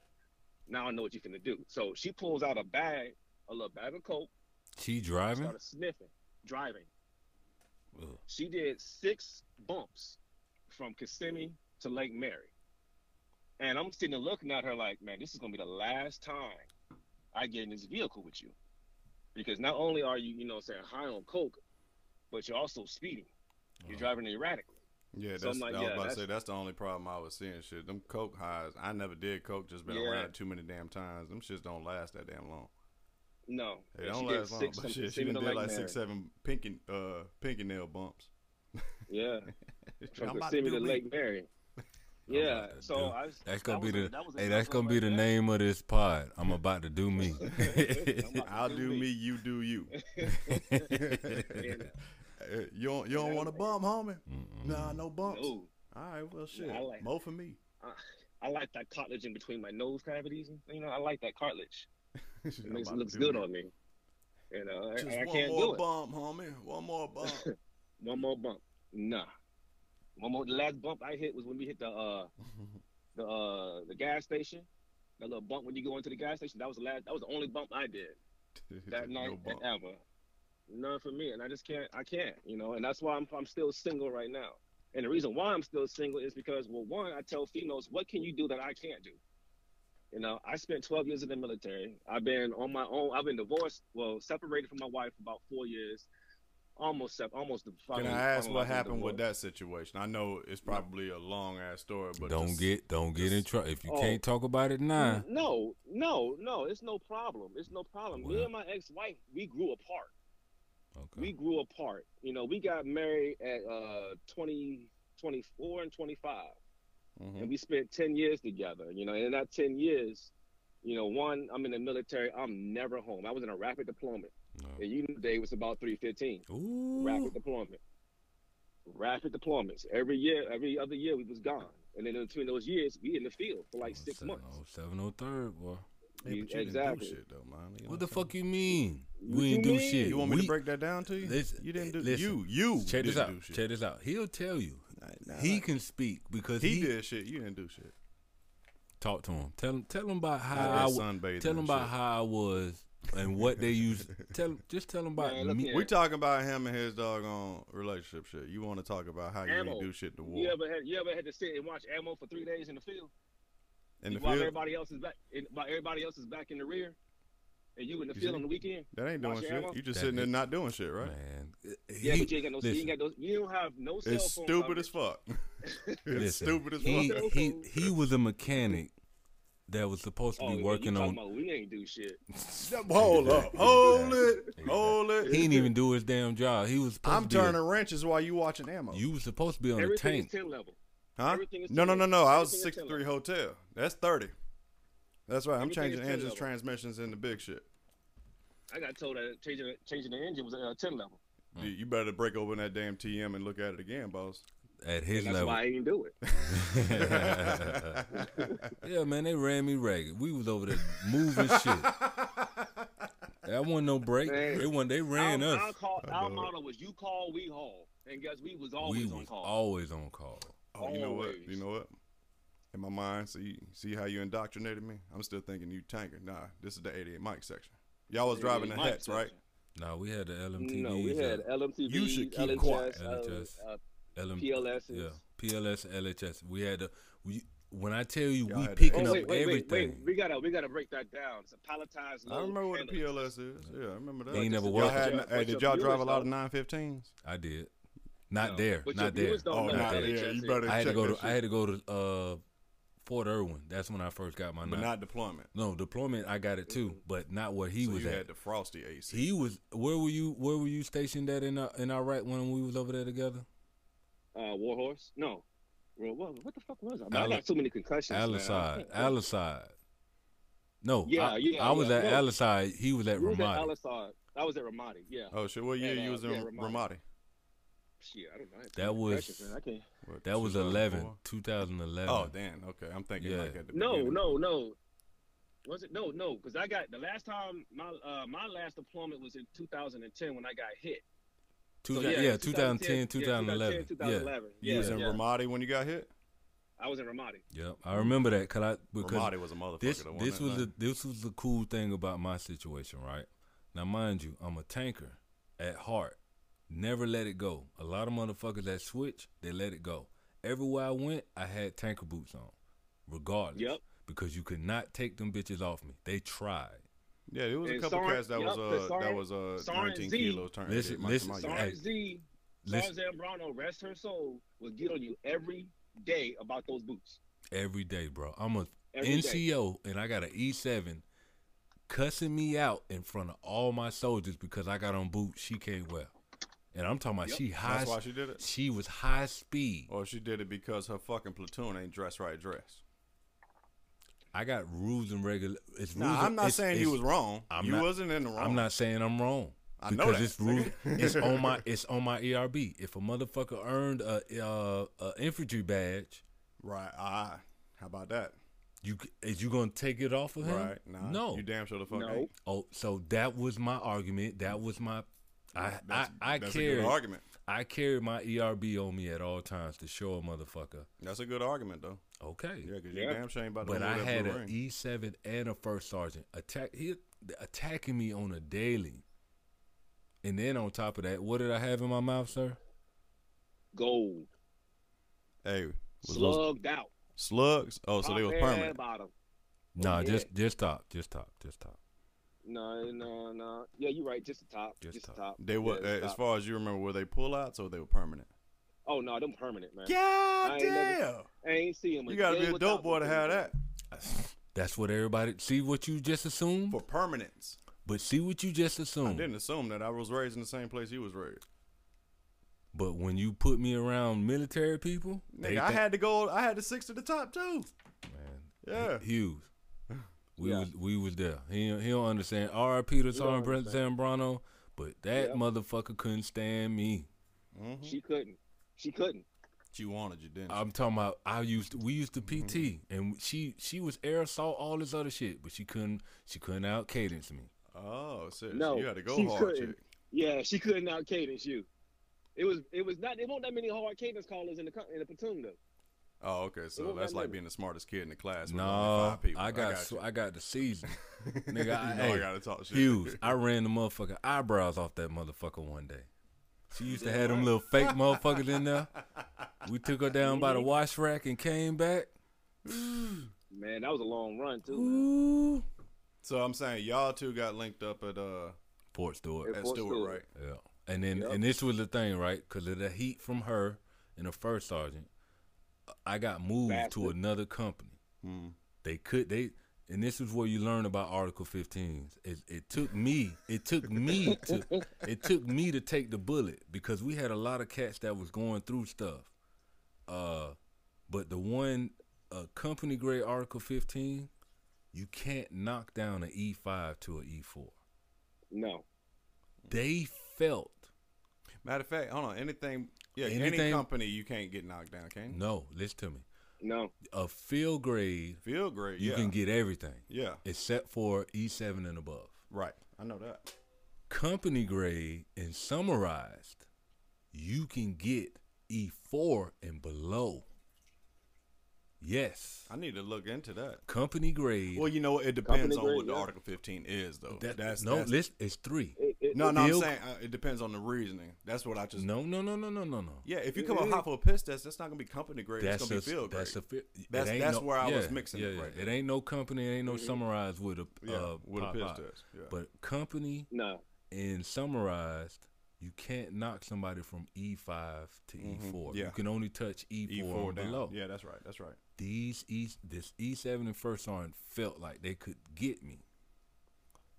[SPEAKER 4] Now I know what you're gonna do. So she pulls out a bag, a little bag of coke,
[SPEAKER 2] She driving?
[SPEAKER 4] started sniffing, driving.
[SPEAKER 2] Ugh.
[SPEAKER 4] She did six bumps from Kissimmee to Lake Mary. And I'm sitting there looking at her like, man, this is going to be the last time I get in this vehicle with you. Because not only are you, you know, saying high on coke, but you're also speeding.
[SPEAKER 3] Uh-huh.
[SPEAKER 4] You're driving erratically.
[SPEAKER 3] Yeah,
[SPEAKER 4] So I'm
[SPEAKER 3] that's
[SPEAKER 4] like,
[SPEAKER 3] I was
[SPEAKER 4] yeah,
[SPEAKER 3] about to
[SPEAKER 4] that's-
[SPEAKER 3] say that's the only problem I was seeing. Shit, them coke highs. I never did coke. Just been
[SPEAKER 4] Yeah.
[SPEAKER 3] around it too many damn times. Them shits don't last that damn long.
[SPEAKER 4] No.
[SPEAKER 3] They
[SPEAKER 4] And
[SPEAKER 3] don't
[SPEAKER 4] she did
[SPEAKER 3] last long.
[SPEAKER 4] six
[SPEAKER 3] But
[SPEAKER 4] from
[SPEAKER 3] shit, she
[SPEAKER 4] Kissimmee
[SPEAKER 3] done
[SPEAKER 4] to
[SPEAKER 3] did
[SPEAKER 4] Lake
[SPEAKER 3] like
[SPEAKER 4] Mary.
[SPEAKER 3] six, seven pinky, uh, pinky nail bumps.
[SPEAKER 4] Yeah.
[SPEAKER 3] I'm
[SPEAKER 4] From
[SPEAKER 3] about to
[SPEAKER 4] Kissimmee to
[SPEAKER 3] do me.
[SPEAKER 4] Lake Mary.
[SPEAKER 2] about
[SPEAKER 4] Yeah.
[SPEAKER 2] to
[SPEAKER 4] So
[SPEAKER 2] do-
[SPEAKER 4] I was,
[SPEAKER 2] That's
[SPEAKER 4] that
[SPEAKER 2] gonna
[SPEAKER 4] was
[SPEAKER 2] be
[SPEAKER 4] a-
[SPEAKER 2] the
[SPEAKER 4] that was a
[SPEAKER 2] hey.
[SPEAKER 4] tough
[SPEAKER 2] That's
[SPEAKER 4] one
[SPEAKER 2] gonna be
[SPEAKER 4] right
[SPEAKER 2] the
[SPEAKER 4] there.
[SPEAKER 2] name of this pod. I'm about to do me.
[SPEAKER 3] I'll do me, you do you. Uh, you don't, you don't want a bump, homie? Nah, no bumps.
[SPEAKER 4] No.
[SPEAKER 3] All right, well, shit.
[SPEAKER 4] I like-
[SPEAKER 3] Mo for me.
[SPEAKER 4] I like that cartilage in between my nose cavities. You know, I like that cartilage. It
[SPEAKER 3] I'm
[SPEAKER 4] makes,
[SPEAKER 3] about to
[SPEAKER 4] looks
[SPEAKER 3] do
[SPEAKER 4] good
[SPEAKER 3] me.
[SPEAKER 4] on me. You know, I-
[SPEAKER 3] Just
[SPEAKER 4] I,
[SPEAKER 3] one
[SPEAKER 4] can't
[SPEAKER 3] more
[SPEAKER 4] do it.
[SPEAKER 3] bump, homie. One more bump.
[SPEAKER 4] One more bump. Nah. One more. The last bump I hit was when we hit the uh the uh the gas station. That little bump when you go into the gas station. That was the last. That was the only bump I did that night
[SPEAKER 3] no bump.
[SPEAKER 4] ever. None for me, and I just can't. I can't. You know, and that's why I'm I'm still single right now. And the reason why I'm still single is because, well, one, I tell females, what can you do that I can't do? You know, I spent 12 years in the military. I've been on my own. I've been divorced, well, separated from my wife for about four years, almost sep- almost. the
[SPEAKER 3] Can
[SPEAKER 4] following-
[SPEAKER 3] I ask
[SPEAKER 4] following
[SPEAKER 3] what
[SPEAKER 4] I've been
[SPEAKER 3] happened with
[SPEAKER 4] divorced.
[SPEAKER 3] that situation? I know it's probably a long ass story, but
[SPEAKER 2] don't
[SPEAKER 3] just-
[SPEAKER 2] get don't get in
[SPEAKER 3] just-
[SPEAKER 2] trouble if you
[SPEAKER 4] oh.
[SPEAKER 2] can't talk about it now.
[SPEAKER 4] No, no, no. It's no problem. It's no problem. Me
[SPEAKER 2] Well-
[SPEAKER 4] and my ex-wife, we grew apart. we
[SPEAKER 2] Okay.
[SPEAKER 4] grew apart. You know, we got married at uh 20, 24 and 25,
[SPEAKER 3] Mhm.
[SPEAKER 4] and we spent 10 years together. You know, and in that 10 years, you know, one, I'm in the military. I'm never home. I was in a rapid deployment, and you knew day was about 315.
[SPEAKER 2] No. Ooh.
[SPEAKER 4] Rapid deployment. Rapid deployments. Every year, every other year, we was gone. And then in between those years, we in the field for
[SPEAKER 2] Oh,
[SPEAKER 4] like six months.
[SPEAKER 2] Seven oh third, boy.
[SPEAKER 3] Yeah, but you didn't
[SPEAKER 4] exactly.
[SPEAKER 3] do shit though, man. You know
[SPEAKER 2] What the
[SPEAKER 3] I'm saying?
[SPEAKER 2] fuck you mean?
[SPEAKER 4] What
[SPEAKER 2] we
[SPEAKER 4] you
[SPEAKER 2] didn't do
[SPEAKER 4] mean?
[SPEAKER 2] shit.
[SPEAKER 3] You want me
[SPEAKER 2] We-
[SPEAKER 3] to break that down to you?
[SPEAKER 2] Listen,
[SPEAKER 3] you didn't do
[SPEAKER 2] listen.
[SPEAKER 3] you you
[SPEAKER 2] Check
[SPEAKER 3] didn't
[SPEAKER 2] this out.
[SPEAKER 3] do shit.
[SPEAKER 2] Check this out. He'll tell you.
[SPEAKER 3] Nah, nah,
[SPEAKER 2] He
[SPEAKER 3] nah.
[SPEAKER 2] can speak because
[SPEAKER 3] he,
[SPEAKER 2] he,
[SPEAKER 3] did shit. You didn't do shit.
[SPEAKER 2] talk to him. Tell him tell him about
[SPEAKER 3] That
[SPEAKER 2] how I w-
[SPEAKER 3] sunbathing
[SPEAKER 2] tell
[SPEAKER 3] and
[SPEAKER 2] him about
[SPEAKER 3] shit.
[SPEAKER 2] how I was and what they used. tell just tell him about
[SPEAKER 4] Man, look
[SPEAKER 2] me.
[SPEAKER 4] here.
[SPEAKER 3] We talking about him and his doggone relationship shit. You want to talk about how you
[SPEAKER 4] Ammo.
[SPEAKER 3] didn't do shit to war
[SPEAKER 4] You ever had you ever had to sit and watch ammo for three days in the field?
[SPEAKER 3] in the
[SPEAKER 4] while
[SPEAKER 3] field?
[SPEAKER 4] everybody else is back, in, while everybody else is back in the rear, and you in the
[SPEAKER 3] You
[SPEAKER 4] field
[SPEAKER 3] see?
[SPEAKER 4] on the weekend.
[SPEAKER 3] That ain't
[SPEAKER 4] Watch
[SPEAKER 3] doing shit.
[SPEAKER 4] ammo.
[SPEAKER 3] You just
[SPEAKER 2] That
[SPEAKER 3] sitting there
[SPEAKER 2] ain't-
[SPEAKER 3] not doing shit, right?
[SPEAKER 2] Man,
[SPEAKER 4] Yeah,
[SPEAKER 2] he-
[SPEAKER 4] but you ain't got no, you
[SPEAKER 2] listen.
[SPEAKER 4] ain't got no, you don't have no cell
[SPEAKER 3] It's
[SPEAKER 4] phone.
[SPEAKER 3] stupid
[SPEAKER 4] coverage.
[SPEAKER 3] as fuck. it's
[SPEAKER 2] Listen,
[SPEAKER 3] stupid as
[SPEAKER 2] he,
[SPEAKER 3] fuck.
[SPEAKER 2] he he was a mechanic that was supposed to
[SPEAKER 4] Oh,
[SPEAKER 2] be
[SPEAKER 4] yeah,
[SPEAKER 2] working
[SPEAKER 4] you talking
[SPEAKER 2] on.
[SPEAKER 4] About, we ain't do shit.
[SPEAKER 3] Hold up. Hold it. Hold it.
[SPEAKER 2] He didn't even do his damn job. He was. Supposed
[SPEAKER 3] I'm
[SPEAKER 2] to be a-
[SPEAKER 3] turning wrenches while you watching ammo.
[SPEAKER 2] you was supposed to be on the
[SPEAKER 4] Everything
[SPEAKER 2] tank.
[SPEAKER 4] is ten level.
[SPEAKER 3] huh?
[SPEAKER 4] everything is
[SPEAKER 3] No, no, no,
[SPEAKER 4] tailored.
[SPEAKER 3] no. I was a
[SPEAKER 4] Everything is
[SPEAKER 3] 63 hotel. That's 30. That's right. I'm
[SPEAKER 4] Everything is
[SPEAKER 3] changing engines,
[SPEAKER 4] tailored.
[SPEAKER 3] transmissions, and the big shit.
[SPEAKER 4] I got told that changing changing the engine was uh, ten level.
[SPEAKER 3] You- You better break open that damn TM and look at it again, boss.
[SPEAKER 2] at his
[SPEAKER 4] That's
[SPEAKER 2] level.
[SPEAKER 4] why I ain't do it.
[SPEAKER 3] Oh,
[SPEAKER 2] yeah, man, they ran me ragged. We was over there moving shit. That wasn't no break.
[SPEAKER 4] Man.
[SPEAKER 2] They one they ran
[SPEAKER 4] our,
[SPEAKER 2] us.
[SPEAKER 4] Our, call,
[SPEAKER 3] I
[SPEAKER 4] our
[SPEAKER 3] know.
[SPEAKER 4] motto was you call, we haul, and guess we was
[SPEAKER 2] we
[SPEAKER 4] always
[SPEAKER 2] was
[SPEAKER 4] on call.
[SPEAKER 2] always on call.
[SPEAKER 3] Oh, you know what?
[SPEAKER 4] Always.
[SPEAKER 3] You know what? In my mind, see, see how you indoctrinated me. I'm still thinking you tanker. Nah, this is the 88 mic section. Y'all was driving the
[SPEAKER 4] My
[SPEAKER 3] hats, right?
[SPEAKER 2] Nah, we had the LMTVs.
[SPEAKER 4] No, we had LMTVs,
[SPEAKER 3] uh, You should keep
[SPEAKER 4] LHS,
[SPEAKER 3] quiet.
[SPEAKER 2] LHS.
[SPEAKER 4] Uh, uh,
[SPEAKER 2] LM,
[SPEAKER 4] PLSs.
[SPEAKER 2] Yeah, PLS, LHS. We had the. We, when I tell you,
[SPEAKER 3] Y'all
[SPEAKER 2] we
[SPEAKER 3] had the-
[SPEAKER 2] picking
[SPEAKER 4] Oh
[SPEAKER 2] up
[SPEAKER 4] wait, wait, wait,
[SPEAKER 2] everything.
[SPEAKER 4] wait! We gotta, we gotta break that down. It's a palletized.
[SPEAKER 3] I
[SPEAKER 4] load
[SPEAKER 3] remember what a
[SPEAKER 4] handling.
[SPEAKER 3] PLS is. Yeah, I remember that.
[SPEAKER 2] They ain't never
[SPEAKER 3] y'all
[SPEAKER 2] worked.
[SPEAKER 3] had,
[SPEAKER 4] But
[SPEAKER 3] hey,
[SPEAKER 4] your-
[SPEAKER 3] did
[SPEAKER 4] but
[SPEAKER 3] y'all
[SPEAKER 4] your
[SPEAKER 3] drive a
[SPEAKER 4] viewers
[SPEAKER 3] lot of
[SPEAKER 4] don't-
[SPEAKER 3] 915s?
[SPEAKER 2] I did. Not
[SPEAKER 4] No,
[SPEAKER 2] there.
[SPEAKER 4] But your
[SPEAKER 2] Not there.
[SPEAKER 4] viewers don't
[SPEAKER 3] Oh,
[SPEAKER 4] know
[SPEAKER 3] not
[SPEAKER 4] what
[SPEAKER 3] there.
[SPEAKER 4] LHS
[SPEAKER 3] You
[SPEAKER 4] is.
[SPEAKER 3] better
[SPEAKER 2] I had to
[SPEAKER 3] check
[SPEAKER 2] go
[SPEAKER 3] that
[SPEAKER 2] to. I
[SPEAKER 3] shit.
[SPEAKER 2] had to go to uh, Fort Irwin. That's when I first got my.
[SPEAKER 3] But
[SPEAKER 2] nine-
[SPEAKER 3] not deployment.
[SPEAKER 2] no deployment. I got it too, but not where he
[SPEAKER 3] So
[SPEAKER 2] was
[SPEAKER 3] you
[SPEAKER 2] at.
[SPEAKER 3] had the frosty AC.
[SPEAKER 2] he was. Where were you? Where were you stationed at in uh, in Iraq when we was over there together?
[SPEAKER 4] uh, Warhorse? No. Well, what, what the fuck was I? Man, I
[SPEAKER 2] Al-
[SPEAKER 4] got too many concussions. man.
[SPEAKER 2] Aliside.
[SPEAKER 4] I can't-
[SPEAKER 2] Aliside. No,
[SPEAKER 4] Yeah,
[SPEAKER 2] I,
[SPEAKER 4] yeah,
[SPEAKER 2] I was
[SPEAKER 4] yeah,
[SPEAKER 2] at
[SPEAKER 4] no.
[SPEAKER 2] Aliside. He was at
[SPEAKER 4] You was at
[SPEAKER 2] Ramadi.
[SPEAKER 4] Aliside. I was at Ramadi. Yeah.
[SPEAKER 3] Oh shit! What year
[SPEAKER 4] And,
[SPEAKER 3] you
[SPEAKER 4] uh,
[SPEAKER 3] was in
[SPEAKER 4] yeah,
[SPEAKER 3] Ramadi?
[SPEAKER 4] Shit, I don't know. I had too
[SPEAKER 2] That
[SPEAKER 4] many
[SPEAKER 2] was-
[SPEAKER 4] questions, man. I can't.
[SPEAKER 3] What,
[SPEAKER 2] That was 11,
[SPEAKER 3] 2004?
[SPEAKER 2] 2011.
[SPEAKER 3] Oh damn. Okay, I'm thinking
[SPEAKER 2] Yeah.
[SPEAKER 3] like at the
[SPEAKER 4] No,
[SPEAKER 3] beginning.
[SPEAKER 4] no, no. Was it no, no? Because I got the last time my uh, my last deployment was in 2010 when I got hit.
[SPEAKER 2] Two,
[SPEAKER 4] So,
[SPEAKER 2] yeah, 2010,
[SPEAKER 4] yeah,
[SPEAKER 2] 2011.
[SPEAKER 4] 2011.
[SPEAKER 3] You
[SPEAKER 4] Yeah,
[SPEAKER 3] was in
[SPEAKER 4] yeah.
[SPEAKER 3] Ramadi when you got hit.
[SPEAKER 4] I was in Ramadi.
[SPEAKER 2] Yeah, yep. I remember that cause I because
[SPEAKER 3] Ramadi was a motherfucker.
[SPEAKER 2] this
[SPEAKER 3] that won
[SPEAKER 2] this
[SPEAKER 3] that
[SPEAKER 2] was the
[SPEAKER 3] night.
[SPEAKER 2] this was the cool thing about my situation, right? Now, mind you, I'm a tanker at heart. Never let it go. A lot of motherfuckers that switch, they let it go. Everywhere I went, I had tanker boots on, regardless.
[SPEAKER 4] Yep.
[SPEAKER 2] Because you could not take them bitches off me. They tried.
[SPEAKER 3] yeah. There was a
[SPEAKER 4] and
[SPEAKER 3] couple
[SPEAKER 4] Sarn-
[SPEAKER 3] cats that
[SPEAKER 4] yup,
[SPEAKER 3] was uh
[SPEAKER 4] and
[SPEAKER 3] that
[SPEAKER 4] Sarn-
[SPEAKER 3] was uh
[SPEAKER 4] Sarn
[SPEAKER 3] 19
[SPEAKER 4] Z.
[SPEAKER 3] kilo turn.
[SPEAKER 2] Listen,
[SPEAKER 3] shit, my-
[SPEAKER 2] listen,
[SPEAKER 3] my-
[SPEAKER 4] Sarn
[SPEAKER 2] hey,
[SPEAKER 4] Z, Sarn
[SPEAKER 2] Listen,
[SPEAKER 4] Zambrano, rest her soul, will get on you every day about those boots.
[SPEAKER 2] every day, bro. I'm a
[SPEAKER 4] Every day.
[SPEAKER 2] NCO and I got an E7 cussing me out in front of all my soldiers because I got on boots she can't wear. And I'm talking about
[SPEAKER 4] Yep.
[SPEAKER 2] she high.
[SPEAKER 3] That's why she did it.
[SPEAKER 2] She was high speed.
[SPEAKER 3] Or she did it because her fucking platoon ain't dressed right dressed.
[SPEAKER 2] I got rules and regular. It's rules.
[SPEAKER 3] Nah, I'm
[SPEAKER 2] and-
[SPEAKER 3] not
[SPEAKER 2] it's-
[SPEAKER 3] saying you was
[SPEAKER 2] it's-
[SPEAKER 3] wrong.
[SPEAKER 2] I'm
[SPEAKER 3] you
[SPEAKER 2] not-
[SPEAKER 3] wasn't in the wrong.
[SPEAKER 2] I'm not saying I'm wrong.
[SPEAKER 3] I know
[SPEAKER 2] Because
[SPEAKER 3] that.
[SPEAKER 2] it's rules. it's on my. It's on my ERB. If a motherfucker earned a, uh a infantry badge,
[SPEAKER 3] Right. Ah. How about that?
[SPEAKER 2] you c- is you gonna take it off of him?
[SPEAKER 3] Right. Nah.
[SPEAKER 2] No.
[SPEAKER 3] You damn sure the fuck
[SPEAKER 4] No.
[SPEAKER 3] ain't.
[SPEAKER 2] Oh, so that was my argument. That was my. I
[SPEAKER 3] That's,
[SPEAKER 2] I, I
[SPEAKER 3] that's a
[SPEAKER 2] carried
[SPEAKER 3] good argument.
[SPEAKER 2] I carried my ERB on me at all times to show a motherfucker.
[SPEAKER 3] That's a good argument though.
[SPEAKER 2] Okay.
[SPEAKER 3] Yeah, because
[SPEAKER 4] Yeah.
[SPEAKER 3] you damn sure ain't about to
[SPEAKER 2] But
[SPEAKER 3] hold
[SPEAKER 2] I
[SPEAKER 3] that
[SPEAKER 2] had
[SPEAKER 3] blue
[SPEAKER 2] an
[SPEAKER 3] ring.
[SPEAKER 2] E seven and a first sergeant attack. He attacking me on a daily. And then on top of that, what did I have in my mouth, sir?
[SPEAKER 4] Gold,
[SPEAKER 3] Hey, was those
[SPEAKER 4] slugged out.
[SPEAKER 3] slugs? Oh, so they was
[SPEAKER 4] Top and
[SPEAKER 3] permanent.
[SPEAKER 4] Bottom.
[SPEAKER 2] nah,
[SPEAKER 4] yeah.
[SPEAKER 2] just just stop, just stop, just stop.
[SPEAKER 4] No, no, no. Yeah, you're right. Just the top.
[SPEAKER 2] Just
[SPEAKER 4] Just,
[SPEAKER 2] top.
[SPEAKER 4] the top.
[SPEAKER 3] They were uh,
[SPEAKER 4] Yeah,
[SPEAKER 3] as
[SPEAKER 4] top.
[SPEAKER 3] far as you remember, were they pullouts or they were permanent?
[SPEAKER 4] Oh no, them permanent man.
[SPEAKER 3] Yeah,
[SPEAKER 4] ain't
[SPEAKER 3] damn.
[SPEAKER 4] never- I ain't see them.
[SPEAKER 3] You gotta be a dope boy to have that
[SPEAKER 2] That's what everybody see what you just assumed?
[SPEAKER 3] for permanence.
[SPEAKER 2] But see what you just
[SPEAKER 3] I
[SPEAKER 2] assumed.
[SPEAKER 3] didn't assume that I was raised in the same place you was raised.
[SPEAKER 2] But when you put me around military people,
[SPEAKER 3] Nigga,
[SPEAKER 2] they
[SPEAKER 3] I
[SPEAKER 2] think-
[SPEAKER 3] had to go. I had the six to the top too.
[SPEAKER 2] man.
[SPEAKER 3] Yeah.
[SPEAKER 2] Hughes. We
[SPEAKER 4] Yeah.
[SPEAKER 2] was we was there. He he don't understand. R.I.P. to
[SPEAKER 4] He don't
[SPEAKER 2] Sergeant Brent Zambrano, but that
[SPEAKER 4] Yeah.
[SPEAKER 2] motherfucker couldn't stand me.
[SPEAKER 3] Mhm.
[SPEAKER 4] She couldn't. She couldn't.
[SPEAKER 3] You wanted you didn't. you?
[SPEAKER 2] I'm talking about I used we used to PT
[SPEAKER 3] Mm-hmm.
[SPEAKER 2] and she she was air assault all this other shit, but she couldn't she couldn't out cadence me.
[SPEAKER 3] oh, shit.
[SPEAKER 4] No,
[SPEAKER 3] you had to go
[SPEAKER 4] she
[SPEAKER 3] hard.
[SPEAKER 4] couldn't.
[SPEAKER 3] Chick.
[SPEAKER 4] Yeah, she couldn't out cadence you. It was it was not. There weren't that many hard cadence callers in the co- in the platoon though.
[SPEAKER 3] Oh, okay. So
[SPEAKER 4] won't
[SPEAKER 3] that's
[SPEAKER 4] let
[SPEAKER 3] like
[SPEAKER 4] me.
[SPEAKER 3] being the smartest kid in the class. with only
[SPEAKER 2] No,
[SPEAKER 3] five people.
[SPEAKER 2] I got I got,
[SPEAKER 3] got you.
[SPEAKER 2] I got the season,
[SPEAKER 3] You
[SPEAKER 2] nigga. I,
[SPEAKER 3] know
[SPEAKER 2] hey,
[SPEAKER 3] I gotta talk shit.
[SPEAKER 2] Hughes, I ran the motherfucking eyebrows off that motherfucker one day. She used to have them little fake motherfuckers in there. We took her down by the wash rack and came back.
[SPEAKER 4] Man, that was a long run too. man.
[SPEAKER 2] Ooh,
[SPEAKER 3] So I'm saying y'all two got linked up at uh
[SPEAKER 2] Fort Stewart.
[SPEAKER 4] At
[SPEAKER 3] at
[SPEAKER 4] Fort
[SPEAKER 3] Stewart,
[SPEAKER 4] Stewart.
[SPEAKER 3] right?
[SPEAKER 2] Yeah. And then
[SPEAKER 4] Yep.
[SPEAKER 2] and this was the thing, right? Because of the heat from her and the first sergeant, I got moved to
[SPEAKER 4] Bastard.
[SPEAKER 2] another company.
[SPEAKER 3] Mm.
[SPEAKER 2] They could they and this is where you learn about Article 15s. It, it took me, it took me to, it took me to take the bullet because we had a lot of cats that was going through stuff. Uh, but the one uh, company grade Article 15, you can't knock down an E5 to an E4.
[SPEAKER 4] No,
[SPEAKER 2] They felt
[SPEAKER 3] Matter of fact, hold on. Anything, yeah, any
[SPEAKER 2] Anything-
[SPEAKER 3] company you can't get knocked down, can you?
[SPEAKER 2] No, listen to me.
[SPEAKER 4] no.
[SPEAKER 2] A field grade,
[SPEAKER 3] Feel great.
[SPEAKER 2] you
[SPEAKER 3] yeah.
[SPEAKER 2] can get everything
[SPEAKER 3] Yeah,
[SPEAKER 2] except for E7 and above.
[SPEAKER 3] right. I know that.
[SPEAKER 2] Company grade and summarized, you can get E4 and below. Yes.
[SPEAKER 3] I need to look into that.
[SPEAKER 2] Company grade.
[SPEAKER 3] Well, you know, it depends
[SPEAKER 4] Company
[SPEAKER 3] on what
[SPEAKER 4] grade,
[SPEAKER 3] the
[SPEAKER 4] yeah.
[SPEAKER 3] Article 15 is, though.
[SPEAKER 2] that-
[SPEAKER 3] that's
[SPEAKER 2] no,
[SPEAKER 3] that's-
[SPEAKER 2] listen, it's three.
[SPEAKER 4] It, it,
[SPEAKER 3] no, no. I'm
[SPEAKER 2] Bill-
[SPEAKER 3] saying uh, it depends on the reasoning. That's what I just.
[SPEAKER 2] No, no, no, no, no, no, no.
[SPEAKER 3] Yeah, if you come up
[SPEAKER 4] It-
[SPEAKER 3] hot for a piss test, that's not gonna be company grade.
[SPEAKER 2] That's
[SPEAKER 3] it's gonna
[SPEAKER 2] a,
[SPEAKER 3] be field grade.
[SPEAKER 2] that's a fi- it
[SPEAKER 3] That's-
[SPEAKER 2] ain't
[SPEAKER 3] that's
[SPEAKER 2] no-
[SPEAKER 3] where I was
[SPEAKER 2] yeah,
[SPEAKER 3] mixing
[SPEAKER 2] yeah,
[SPEAKER 3] it
[SPEAKER 2] yeah.
[SPEAKER 3] right Mm-hmm.
[SPEAKER 2] It ain't no company, it ain't no summarized with a
[SPEAKER 3] yeah,
[SPEAKER 2] uh,
[SPEAKER 3] with a
[SPEAKER 2] pop
[SPEAKER 3] piss
[SPEAKER 2] out.
[SPEAKER 3] test. Yeah.
[SPEAKER 2] But company
[SPEAKER 4] no.
[SPEAKER 2] and summarized, you can't knock somebody from E5 to
[SPEAKER 3] Mhm,
[SPEAKER 2] E4.
[SPEAKER 3] yeah.
[SPEAKER 2] You can only touch E4,
[SPEAKER 3] E4
[SPEAKER 2] E and
[SPEAKER 3] E down.
[SPEAKER 2] below.
[SPEAKER 3] Yeah, that's right. That's right.
[SPEAKER 2] These E this E7 and first sergeant felt like they could get me.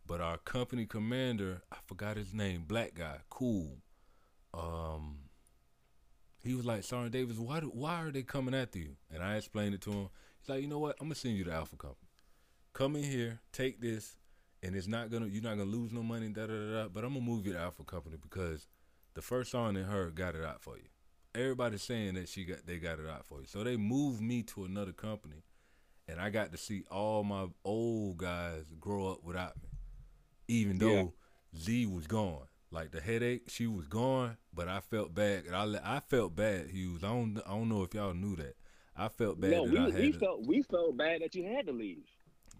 [SPEAKER 2] But our company commander, I forgot his name, black guy, cool. Um he was like, Sergeant Davis, why do, why are they coming after you? And I explained it to him. He's like, you know what? I'm gonna send you to Alpha Company come in here, take this, and it's not gonna you're not gonna lose no money, da da da. da but I'm gonna move you to Alpha Company because The first song they heard got it out for you. Everybody's saying that she got they got it out for you. So they moved me to another company, and I got to see all my old guys grow up without me, even though
[SPEAKER 4] Yeah.
[SPEAKER 2] Lee was gone. Like the headache, she was gone, but I felt bad. And I let- I felt bad, Hughes. I don't I don't know if y'all knew that. I felt bad
[SPEAKER 4] no,
[SPEAKER 2] that
[SPEAKER 4] we,
[SPEAKER 2] I had
[SPEAKER 4] we
[SPEAKER 2] to-
[SPEAKER 4] felt we felt bad that you had to leave.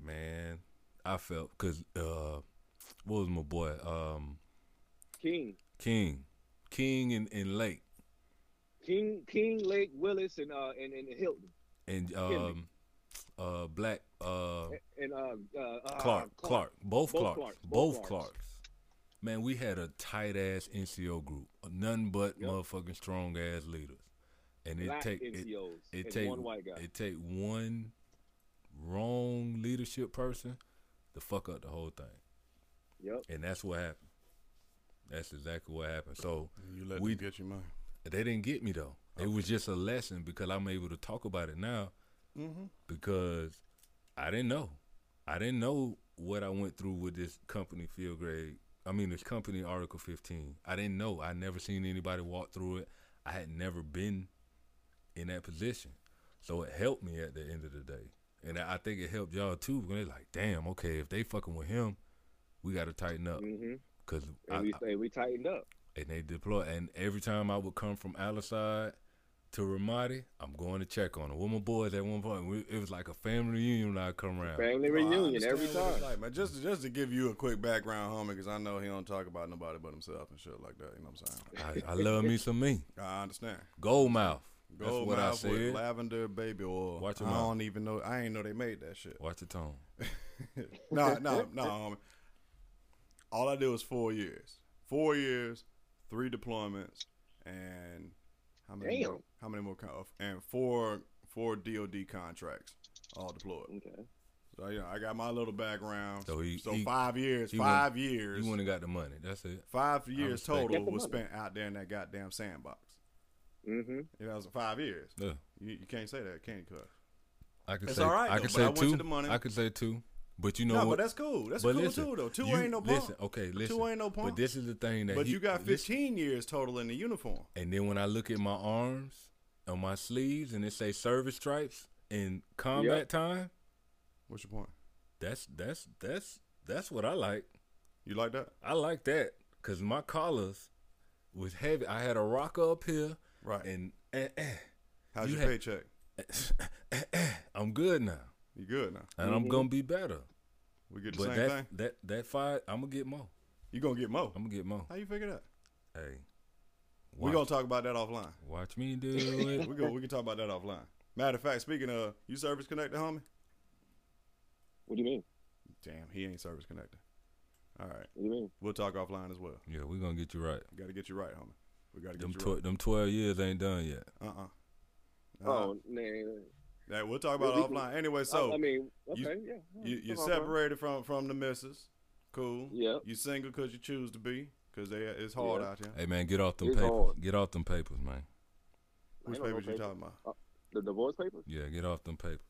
[SPEAKER 2] man. I felt because uh, what was my boy? Um,
[SPEAKER 4] King,
[SPEAKER 2] King, King, and, and Lake,
[SPEAKER 4] King, King, Lake Willis, and uh and, and Hilton,
[SPEAKER 2] and um, uh, Black, uh,
[SPEAKER 4] and uh, uh, uh
[SPEAKER 2] Clark, Clark, both,
[SPEAKER 4] Both
[SPEAKER 2] Clarks,
[SPEAKER 4] Clarks,
[SPEAKER 2] both
[SPEAKER 4] both
[SPEAKER 2] Clarks.
[SPEAKER 4] Clarks.
[SPEAKER 2] Man, we had a tight ass NCO group, none but
[SPEAKER 4] Yep.
[SPEAKER 2] motherfucking strong ass leaders, and it
[SPEAKER 4] black
[SPEAKER 2] take it,
[SPEAKER 4] NCOs,
[SPEAKER 2] it
[SPEAKER 4] and
[SPEAKER 2] take
[SPEAKER 4] one white guy.
[SPEAKER 2] It take one wrong leadership person to fuck up the whole thing.
[SPEAKER 4] yep.
[SPEAKER 2] And that's what happened. That's exactly what happened. So
[SPEAKER 3] You let
[SPEAKER 2] We-
[SPEAKER 3] them get your money.
[SPEAKER 2] they didn't get me though. It was just a lesson because I'm able to talk about it now
[SPEAKER 3] Mm-hmm.
[SPEAKER 2] because I didn't know. I didn't know what I went through with this company field grade. I mean this company Article 15. I didn't know. I never seen anybody walk through it. I had never been in that position. So it helped me at the end of the day. And I I think it helped y'all too. When they're like, damn, okay, if they fucking with him, we gotta tighten up.
[SPEAKER 4] Mm-hmm.
[SPEAKER 2] Cause
[SPEAKER 4] And
[SPEAKER 2] I-
[SPEAKER 4] we and we tightened up.
[SPEAKER 2] and they deploy. And every time I would come from Aliside to Ramadi, I'm going to check on them. With my boys at one point, we, it was like a family reunion when I come around.
[SPEAKER 4] Family reunion every time.
[SPEAKER 3] man. Just, just to give you a quick background, homie, because I know he don't talk about nobody but himself and shit like that. You know what I'm saying?
[SPEAKER 2] I, I love me some me.
[SPEAKER 3] I understand.
[SPEAKER 2] Gold mouth. That's
[SPEAKER 3] Gold
[SPEAKER 2] what I
[SPEAKER 3] mouth with
[SPEAKER 2] said.
[SPEAKER 3] lavender baby oil.
[SPEAKER 2] Watch your
[SPEAKER 3] I
[SPEAKER 2] mouth.
[SPEAKER 3] don't even know. I ain't know they made that shit.
[SPEAKER 2] Watch the tone.
[SPEAKER 3] no, no, no, homie. All I did was four years. Four years, three deployments, and how many?
[SPEAKER 4] Damn.
[SPEAKER 3] More, how many more? Con- uh, and four, four DoD contracts, all deployed.
[SPEAKER 4] Okay.
[SPEAKER 3] So you know, I got my little background.
[SPEAKER 2] So
[SPEAKER 3] So,
[SPEAKER 2] he- he-
[SPEAKER 3] five years,
[SPEAKER 2] he
[SPEAKER 3] five years,
[SPEAKER 2] You went and got the money. That's it.
[SPEAKER 3] five years
[SPEAKER 2] respect
[SPEAKER 3] total
[SPEAKER 4] Get the
[SPEAKER 3] was
[SPEAKER 4] money.
[SPEAKER 3] spent out there in that goddamn sandbox.
[SPEAKER 4] Mm-hmm.
[SPEAKER 3] You know, that was five years.
[SPEAKER 2] Yeah.
[SPEAKER 3] You, you can't say that, can you? Cuz?
[SPEAKER 2] I could
[SPEAKER 3] It's
[SPEAKER 2] say.
[SPEAKER 3] all right,
[SPEAKER 2] I
[SPEAKER 3] though,
[SPEAKER 2] could
[SPEAKER 3] but I
[SPEAKER 2] say
[SPEAKER 3] went
[SPEAKER 2] two.
[SPEAKER 3] to the money.
[SPEAKER 2] I could say two. But you know
[SPEAKER 3] No,
[SPEAKER 2] what?
[SPEAKER 3] but that's cool. That's
[SPEAKER 2] but
[SPEAKER 3] cool
[SPEAKER 2] listen,
[SPEAKER 3] too, though. Two
[SPEAKER 2] you-
[SPEAKER 3] ain't no
[SPEAKER 2] Listen,
[SPEAKER 3] problem.
[SPEAKER 2] okay, listen.
[SPEAKER 3] ain't no
[SPEAKER 2] But
[SPEAKER 3] punk.
[SPEAKER 2] this is the thing that
[SPEAKER 3] But
[SPEAKER 2] he-
[SPEAKER 3] you got
[SPEAKER 2] this-
[SPEAKER 3] 15 years total in the uniform.
[SPEAKER 2] And then when I look at my arms on my sleeves and it say service stripes and combat
[SPEAKER 4] Yep.
[SPEAKER 2] time,
[SPEAKER 3] What's your point?
[SPEAKER 2] that's that's that's that's what I like.
[SPEAKER 3] You like that?
[SPEAKER 2] I like that because my collars was heavy. I had a rocker up here
[SPEAKER 3] Right.
[SPEAKER 2] and eh, eh,
[SPEAKER 3] How's
[SPEAKER 2] you
[SPEAKER 3] your
[SPEAKER 2] had-
[SPEAKER 3] paycheck?
[SPEAKER 2] eh, eh, I'm good now,
[SPEAKER 3] You good now?
[SPEAKER 2] and I'm
[SPEAKER 4] Mhm.
[SPEAKER 2] gonna be better.
[SPEAKER 3] We get Mm-hmm. the
[SPEAKER 2] But
[SPEAKER 3] same
[SPEAKER 2] that
[SPEAKER 3] thing.
[SPEAKER 2] that that five, I'm gonna get more.
[SPEAKER 3] You gonna get more?
[SPEAKER 2] I'm gonna get more.
[SPEAKER 3] How you figure that?
[SPEAKER 2] Hey,
[SPEAKER 3] We
[SPEAKER 2] watch,
[SPEAKER 3] gonna talk about that offline.
[SPEAKER 2] watch me do it.
[SPEAKER 3] We go. We can talk about that offline. Matter of fact, speaking of you, service connected, homie.
[SPEAKER 4] What do you mean?
[SPEAKER 3] Damn, he ain't service connected. All right,
[SPEAKER 4] What do you mean?
[SPEAKER 3] we'll talk offline as well.
[SPEAKER 2] yeah, we gonna get you right.
[SPEAKER 3] We gotta get you right, homie. We gotta get
[SPEAKER 2] Them
[SPEAKER 3] you
[SPEAKER 2] tw- them twelve years ain't done yet.
[SPEAKER 3] right. Uh uh
[SPEAKER 4] Oh, man.
[SPEAKER 3] Yeah, we'll talk about
[SPEAKER 4] we
[SPEAKER 3] it
[SPEAKER 4] can-
[SPEAKER 3] offline. Anyway,
[SPEAKER 4] So
[SPEAKER 3] so
[SPEAKER 4] I, I mean, okay,
[SPEAKER 3] you-
[SPEAKER 4] yeah.
[SPEAKER 3] you you
[SPEAKER 4] Come on, bro.
[SPEAKER 3] separated from from the missus. Cool.
[SPEAKER 4] Yep.
[SPEAKER 3] You single because you choose to be because they it's hard
[SPEAKER 4] Yeah.
[SPEAKER 3] out here.
[SPEAKER 2] Hey man, get off them
[SPEAKER 4] It's
[SPEAKER 2] papers.
[SPEAKER 4] hard.
[SPEAKER 2] Get off them papers, man.
[SPEAKER 4] I
[SPEAKER 3] Which
[SPEAKER 4] don't know
[SPEAKER 3] papers you
[SPEAKER 4] paper.
[SPEAKER 3] talking about?
[SPEAKER 4] The divorce papers.
[SPEAKER 2] Yeah, get off them papers.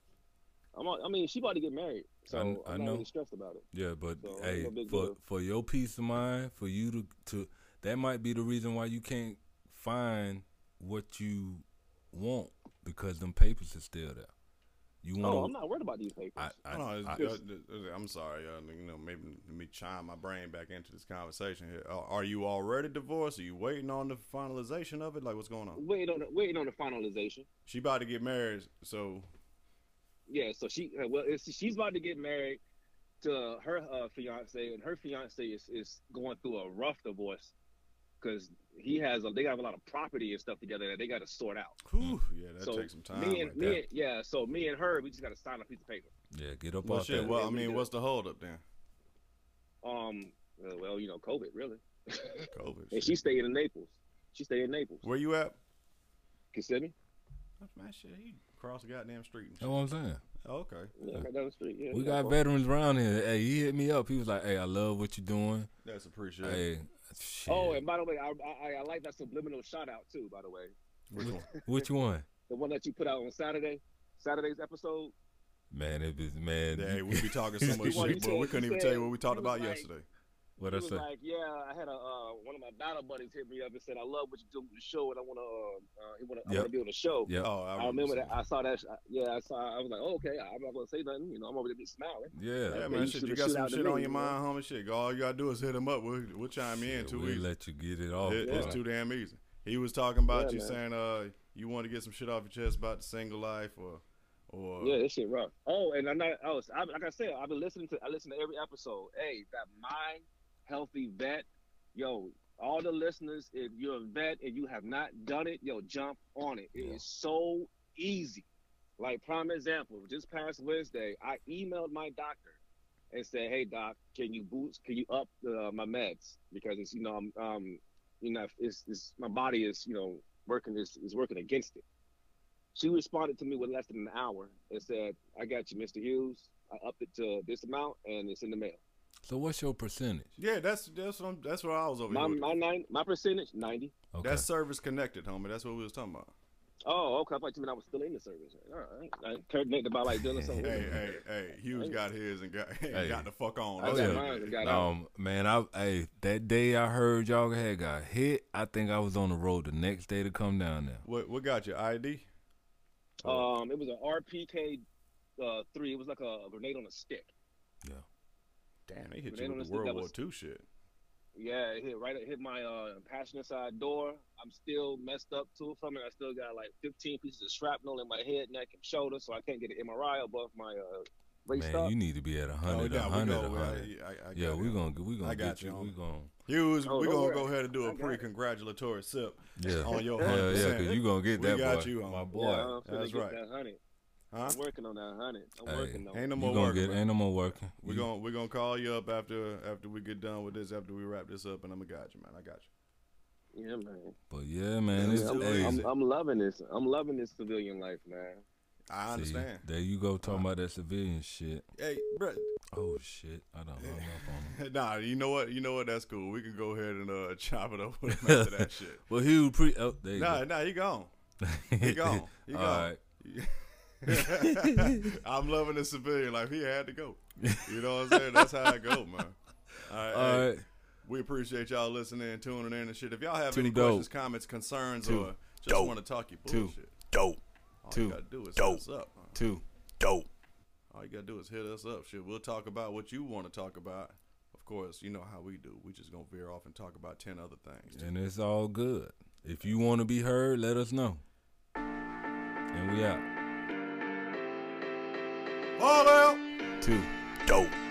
[SPEAKER 4] I'm. All, I mean, she about to get married, so
[SPEAKER 2] I
[SPEAKER 4] I'm,
[SPEAKER 2] kn- I
[SPEAKER 4] not
[SPEAKER 2] know.
[SPEAKER 4] really stressed about it.
[SPEAKER 2] Yeah, but
[SPEAKER 4] So,
[SPEAKER 2] hey,
[SPEAKER 4] I'm a big
[SPEAKER 2] for
[SPEAKER 4] deal.
[SPEAKER 2] for your peace of mind, for you to to that might be the reason why you can't find what you want because them papers are still there. You want?
[SPEAKER 4] Oh, I'm not worried about these papers.
[SPEAKER 2] I, I,
[SPEAKER 3] I, no,
[SPEAKER 2] I-
[SPEAKER 3] it's- uh, uh, I'm sorry. Uh, you know, maybe let me chime my brain back into this conversation here. Uh, Are, are you already divorced? Are you waiting on the finalization of it? Like, what's going on?
[SPEAKER 4] waiting on the, waiting on the finalization.
[SPEAKER 3] She about to get married, so
[SPEAKER 4] Yeah, so she uh, well, it's, she's about to get married to her uh, fiance, and her fiance is, is going through a rough divorce because he has a, they have a lot of property and stuff together that they got to sort out.
[SPEAKER 3] whew, yeah, that
[SPEAKER 4] so
[SPEAKER 3] takes some time.
[SPEAKER 4] me
[SPEAKER 3] right
[SPEAKER 4] and
[SPEAKER 3] there.
[SPEAKER 4] me and, yeah, so me and her, we just got to sign a piece of paper.
[SPEAKER 2] yeah, get up
[SPEAKER 3] well,
[SPEAKER 2] off
[SPEAKER 3] shit.
[SPEAKER 2] that.
[SPEAKER 3] Well, I
[SPEAKER 4] We
[SPEAKER 3] mean,
[SPEAKER 4] do.
[SPEAKER 3] what's the holdup then?
[SPEAKER 4] Um, uh, well, you know, COVID really,
[SPEAKER 3] COVID.
[SPEAKER 4] and
[SPEAKER 3] shit.
[SPEAKER 4] she stayed in Naples. She stayed in Naples.
[SPEAKER 3] Where you at?
[SPEAKER 4] Consider me,
[SPEAKER 3] Man, shit, he crossed the goddamn street. And
[SPEAKER 2] That's
[SPEAKER 3] shit.
[SPEAKER 2] what I'm saying.
[SPEAKER 3] Okay.
[SPEAKER 4] yeah, right down the street. Yeah,
[SPEAKER 2] We
[SPEAKER 4] not
[SPEAKER 2] got
[SPEAKER 4] far.
[SPEAKER 2] veterans around here. Hey, he hit me up. He was like, "Hey, I love what you're doing.
[SPEAKER 3] That's appreciated.
[SPEAKER 2] Hey, shit.
[SPEAKER 4] Oh, and by the way, I, I I like that subliminal shout out too. By the way,
[SPEAKER 3] Which one?
[SPEAKER 2] which one?"
[SPEAKER 4] the one that you put out on Saturday, Saturday's episode.
[SPEAKER 2] Man, it was man.
[SPEAKER 3] Hey,
[SPEAKER 2] you-
[SPEAKER 3] we be talking so
[SPEAKER 2] The
[SPEAKER 3] much shit,
[SPEAKER 4] one
[SPEAKER 3] boy.
[SPEAKER 4] you said-
[SPEAKER 3] we couldn't
[SPEAKER 4] you
[SPEAKER 3] even tell you
[SPEAKER 4] said-
[SPEAKER 3] what we talked
[SPEAKER 4] you was
[SPEAKER 3] about
[SPEAKER 4] like-
[SPEAKER 3] yesterday.
[SPEAKER 2] What
[SPEAKER 4] He
[SPEAKER 2] I
[SPEAKER 4] was
[SPEAKER 2] say?
[SPEAKER 4] like, yeah, I had a uh, one of my battle buddies hit me up and said, I love what you do with the show, and I want to, uh, uh, he want to, I
[SPEAKER 2] Yep.
[SPEAKER 4] want to be on the show.
[SPEAKER 2] yeah,
[SPEAKER 3] Oh,
[SPEAKER 4] I, remember that. I saw that. sh- I- Yeah, I saw. I was like, oh, okay, I'm not gonna say nothing. You know, I'm over there just smiling.
[SPEAKER 2] yeah.
[SPEAKER 3] Yeah,
[SPEAKER 4] Yeah,
[SPEAKER 3] man,
[SPEAKER 4] you
[SPEAKER 3] shit,
[SPEAKER 4] shoot
[SPEAKER 3] you
[SPEAKER 4] the
[SPEAKER 3] got
[SPEAKER 4] shit
[SPEAKER 3] some
[SPEAKER 4] out of
[SPEAKER 3] shit
[SPEAKER 4] me,
[SPEAKER 3] on your
[SPEAKER 4] you
[SPEAKER 3] mind, homie. Shit, all you gotta do is hit him up. We'll, we'll chime in
[SPEAKER 2] Shit,
[SPEAKER 3] two
[SPEAKER 2] we
[SPEAKER 3] weeks.
[SPEAKER 2] let you get it off.
[SPEAKER 3] It- it's
[SPEAKER 2] bro.
[SPEAKER 3] too damn easy. He was talking about
[SPEAKER 4] Yeah,
[SPEAKER 3] you
[SPEAKER 4] man.
[SPEAKER 3] saying uh you want to get some shit off your chest about the single life or or
[SPEAKER 4] Yeah, this shit rough. Oh, and I'm not. Oh, I, like I said, I've been listening to. I listen to every episode. Hey, that mind healthy vet, yo. All the listeners, if you're a vet and you have not done it, yo, jump on it. It is
[SPEAKER 2] Yeah.
[SPEAKER 4] so easy. Like prime example, just past Wednesday, I emailed my doctor and said, "Hey doc, can you boost? Can you up uh, my meds because it's you know I'm um you know it's, it's my body is you know working is is working against it." She responded to me with less than an hour and said, "I got you, Mr. Hughes. I upped it to this amount and it's in the mail.
[SPEAKER 2] So what's your percentage?
[SPEAKER 3] yeah that's that's what I'm, that's Oh, what I was over
[SPEAKER 4] My
[SPEAKER 3] here. with.
[SPEAKER 4] my nine my percentage ninety.
[SPEAKER 2] Okay.
[SPEAKER 3] That's service connected, homie. That's what we was talking about.
[SPEAKER 4] Oh, okay. I thought you meant I was still in the service. All right, I connected by like doing something.
[SPEAKER 3] Hey, hey, Oh, hey, Hughes got his and got
[SPEAKER 2] Hey.
[SPEAKER 3] got the fuck on.
[SPEAKER 4] I
[SPEAKER 3] That's
[SPEAKER 2] yeah.
[SPEAKER 4] got
[SPEAKER 3] what-
[SPEAKER 4] mine and got out.
[SPEAKER 2] um man, I hey that day I heard y'all had got hit. I think I was on the road the next day to come down there.
[SPEAKER 3] What what got your ID?
[SPEAKER 4] Um, it was an RPK uh, three. It was like a grenade on a stick.
[SPEAKER 3] Damn, they hit
[SPEAKER 4] They
[SPEAKER 3] you
[SPEAKER 4] don't
[SPEAKER 3] with the
[SPEAKER 4] listen- that
[SPEAKER 3] World War
[SPEAKER 4] was-
[SPEAKER 3] II shit.
[SPEAKER 4] Yeah, it hit right. It hit my uh, passenger side door. I'm still messed up too from it. I still got like 15 pieces of shrapnel in my head, neck, and shoulder, so I can't get an MRI above my uh, waist
[SPEAKER 2] Man,
[SPEAKER 4] up.
[SPEAKER 2] you need to be at a hundred, a
[SPEAKER 3] Oh, yeah, we
[SPEAKER 2] hundred,
[SPEAKER 3] go.
[SPEAKER 2] a hundred.
[SPEAKER 3] I, I, I
[SPEAKER 2] Yeah,
[SPEAKER 3] got
[SPEAKER 2] we
[SPEAKER 3] it.
[SPEAKER 2] gonna we gonna
[SPEAKER 3] I got
[SPEAKER 2] get you.
[SPEAKER 3] you,
[SPEAKER 2] We
[SPEAKER 3] homie.
[SPEAKER 2] gonna
[SPEAKER 3] Hughes,
[SPEAKER 4] Oh,
[SPEAKER 3] we
[SPEAKER 4] don't
[SPEAKER 3] gonna
[SPEAKER 4] worry.
[SPEAKER 3] go ahead and do
[SPEAKER 4] I
[SPEAKER 3] a
[SPEAKER 4] got it.
[SPEAKER 3] pre-congratulatory sip
[SPEAKER 2] yeah.
[SPEAKER 3] on your
[SPEAKER 2] Hell
[SPEAKER 3] hundred
[SPEAKER 2] yeah, cause
[SPEAKER 3] percent.
[SPEAKER 2] you gonna get
[SPEAKER 3] We
[SPEAKER 2] that
[SPEAKER 3] got
[SPEAKER 2] boy,
[SPEAKER 3] you, homie.
[SPEAKER 2] my
[SPEAKER 4] yeah,
[SPEAKER 2] boy.
[SPEAKER 4] I'm finna
[SPEAKER 3] That's
[SPEAKER 4] get
[SPEAKER 3] right.
[SPEAKER 4] that honey.
[SPEAKER 3] Huh?
[SPEAKER 4] I'm working on that honey. I'm
[SPEAKER 2] Hey,
[SPEAKER 4] working on it.
[SPEAKER 3] Ain't no
[SPEAKER 2] You
[SPEAKER 3] more
[SPEAKER 2] gonna
[SPEAKER 3] work.
[SPEAKER 2] get
[SPEAKER 3] man.
[SPEAKER 2] ain't no more working.
[SPEAKER 3] We're
[SPEAKER 2] You-
[SPEAKER 3] gonna we're gonna call you up after after we get done with this, after we wrap this up, and I'm gonna got you, man. I got you.
[SPEAKER 4] Yeah, man.
[SPEAKER 2] But yeah, man, it's
[SPEAKER 3] Yeah,
[SPEAKER 4] I'm,
[SPEAKER 2] hey,
[SPEAKER 4] I'm, I'm loving this. I'm loving this civilian life, man.
[SPEAKER 3] I
[SPEAKER 2] see,
[SPEAKER 3] understand.
[SPEAKER 2] there you go talking about that civilian shit.
[SPEAKER 3] Hey, bro.
[SPEAKER 2] Oh shit, I done hung up on him.
[SPEAKER 3] Nah, you know what? You know what? That's cool. We can go ahead and uh, chop it up with him after that shit.
[SPEAKER 2] Well, he was pre. Oh, there you
[SPEAKER 3] Nah,
[SPEAKER 2] go.
[SPEAKER 3] nah, you gone.
[SPEAKER 2] he
[SPEAKER 3] gone. He
[SPEAKER 2] All
[SPEAKER 3] gone.
[SPEAKER 2] right.
[SPEAKER 3] I'm loving the civilian life. He had to go. You know what I'm saying? That's how I go, man. All right.
[SPEAKER 2] All
[SPEAKER 3] hey,
[SPEAKER 2] right.
[SPEAKER 3] We appreciate y'all listening and tuning in and shit. If y'all have
[SPEAKER 2] Too
[SPEAKER 3] any
[SPEAKER 2] dope.
[SPEAKER 3] questions, comments, concerns,
[SPEAKER 2] Too
[SPEAKER 3] or just
[SPEAKER 2] dope.
[SPEAKER 3] want to talk your
[SPEAKER 2] Too
[SPEAKER 3] bullshit,
[SPEAKER 2] Dope.
[SPEAKER 3] all you
[SPEAKER 2] Too
[SPEAKER 3] gotta do is hit
[SPEAKER 2] dope.
[SPEAKER 3] us up. man.
[SPEAKER 2] Two. Dope.
[SPEAKER 3] All you gotta do is hit us up. Shit, we'll talk about what you want to talk about. Of course, you know how we do. We just gonna veer off and talk about ten other things.
[SPEAKER 2] And it's all good. If you want to be heard, let us know. And we out.
[SPEAKER 3] All out.
[SPEAKER 2] Two. Dope.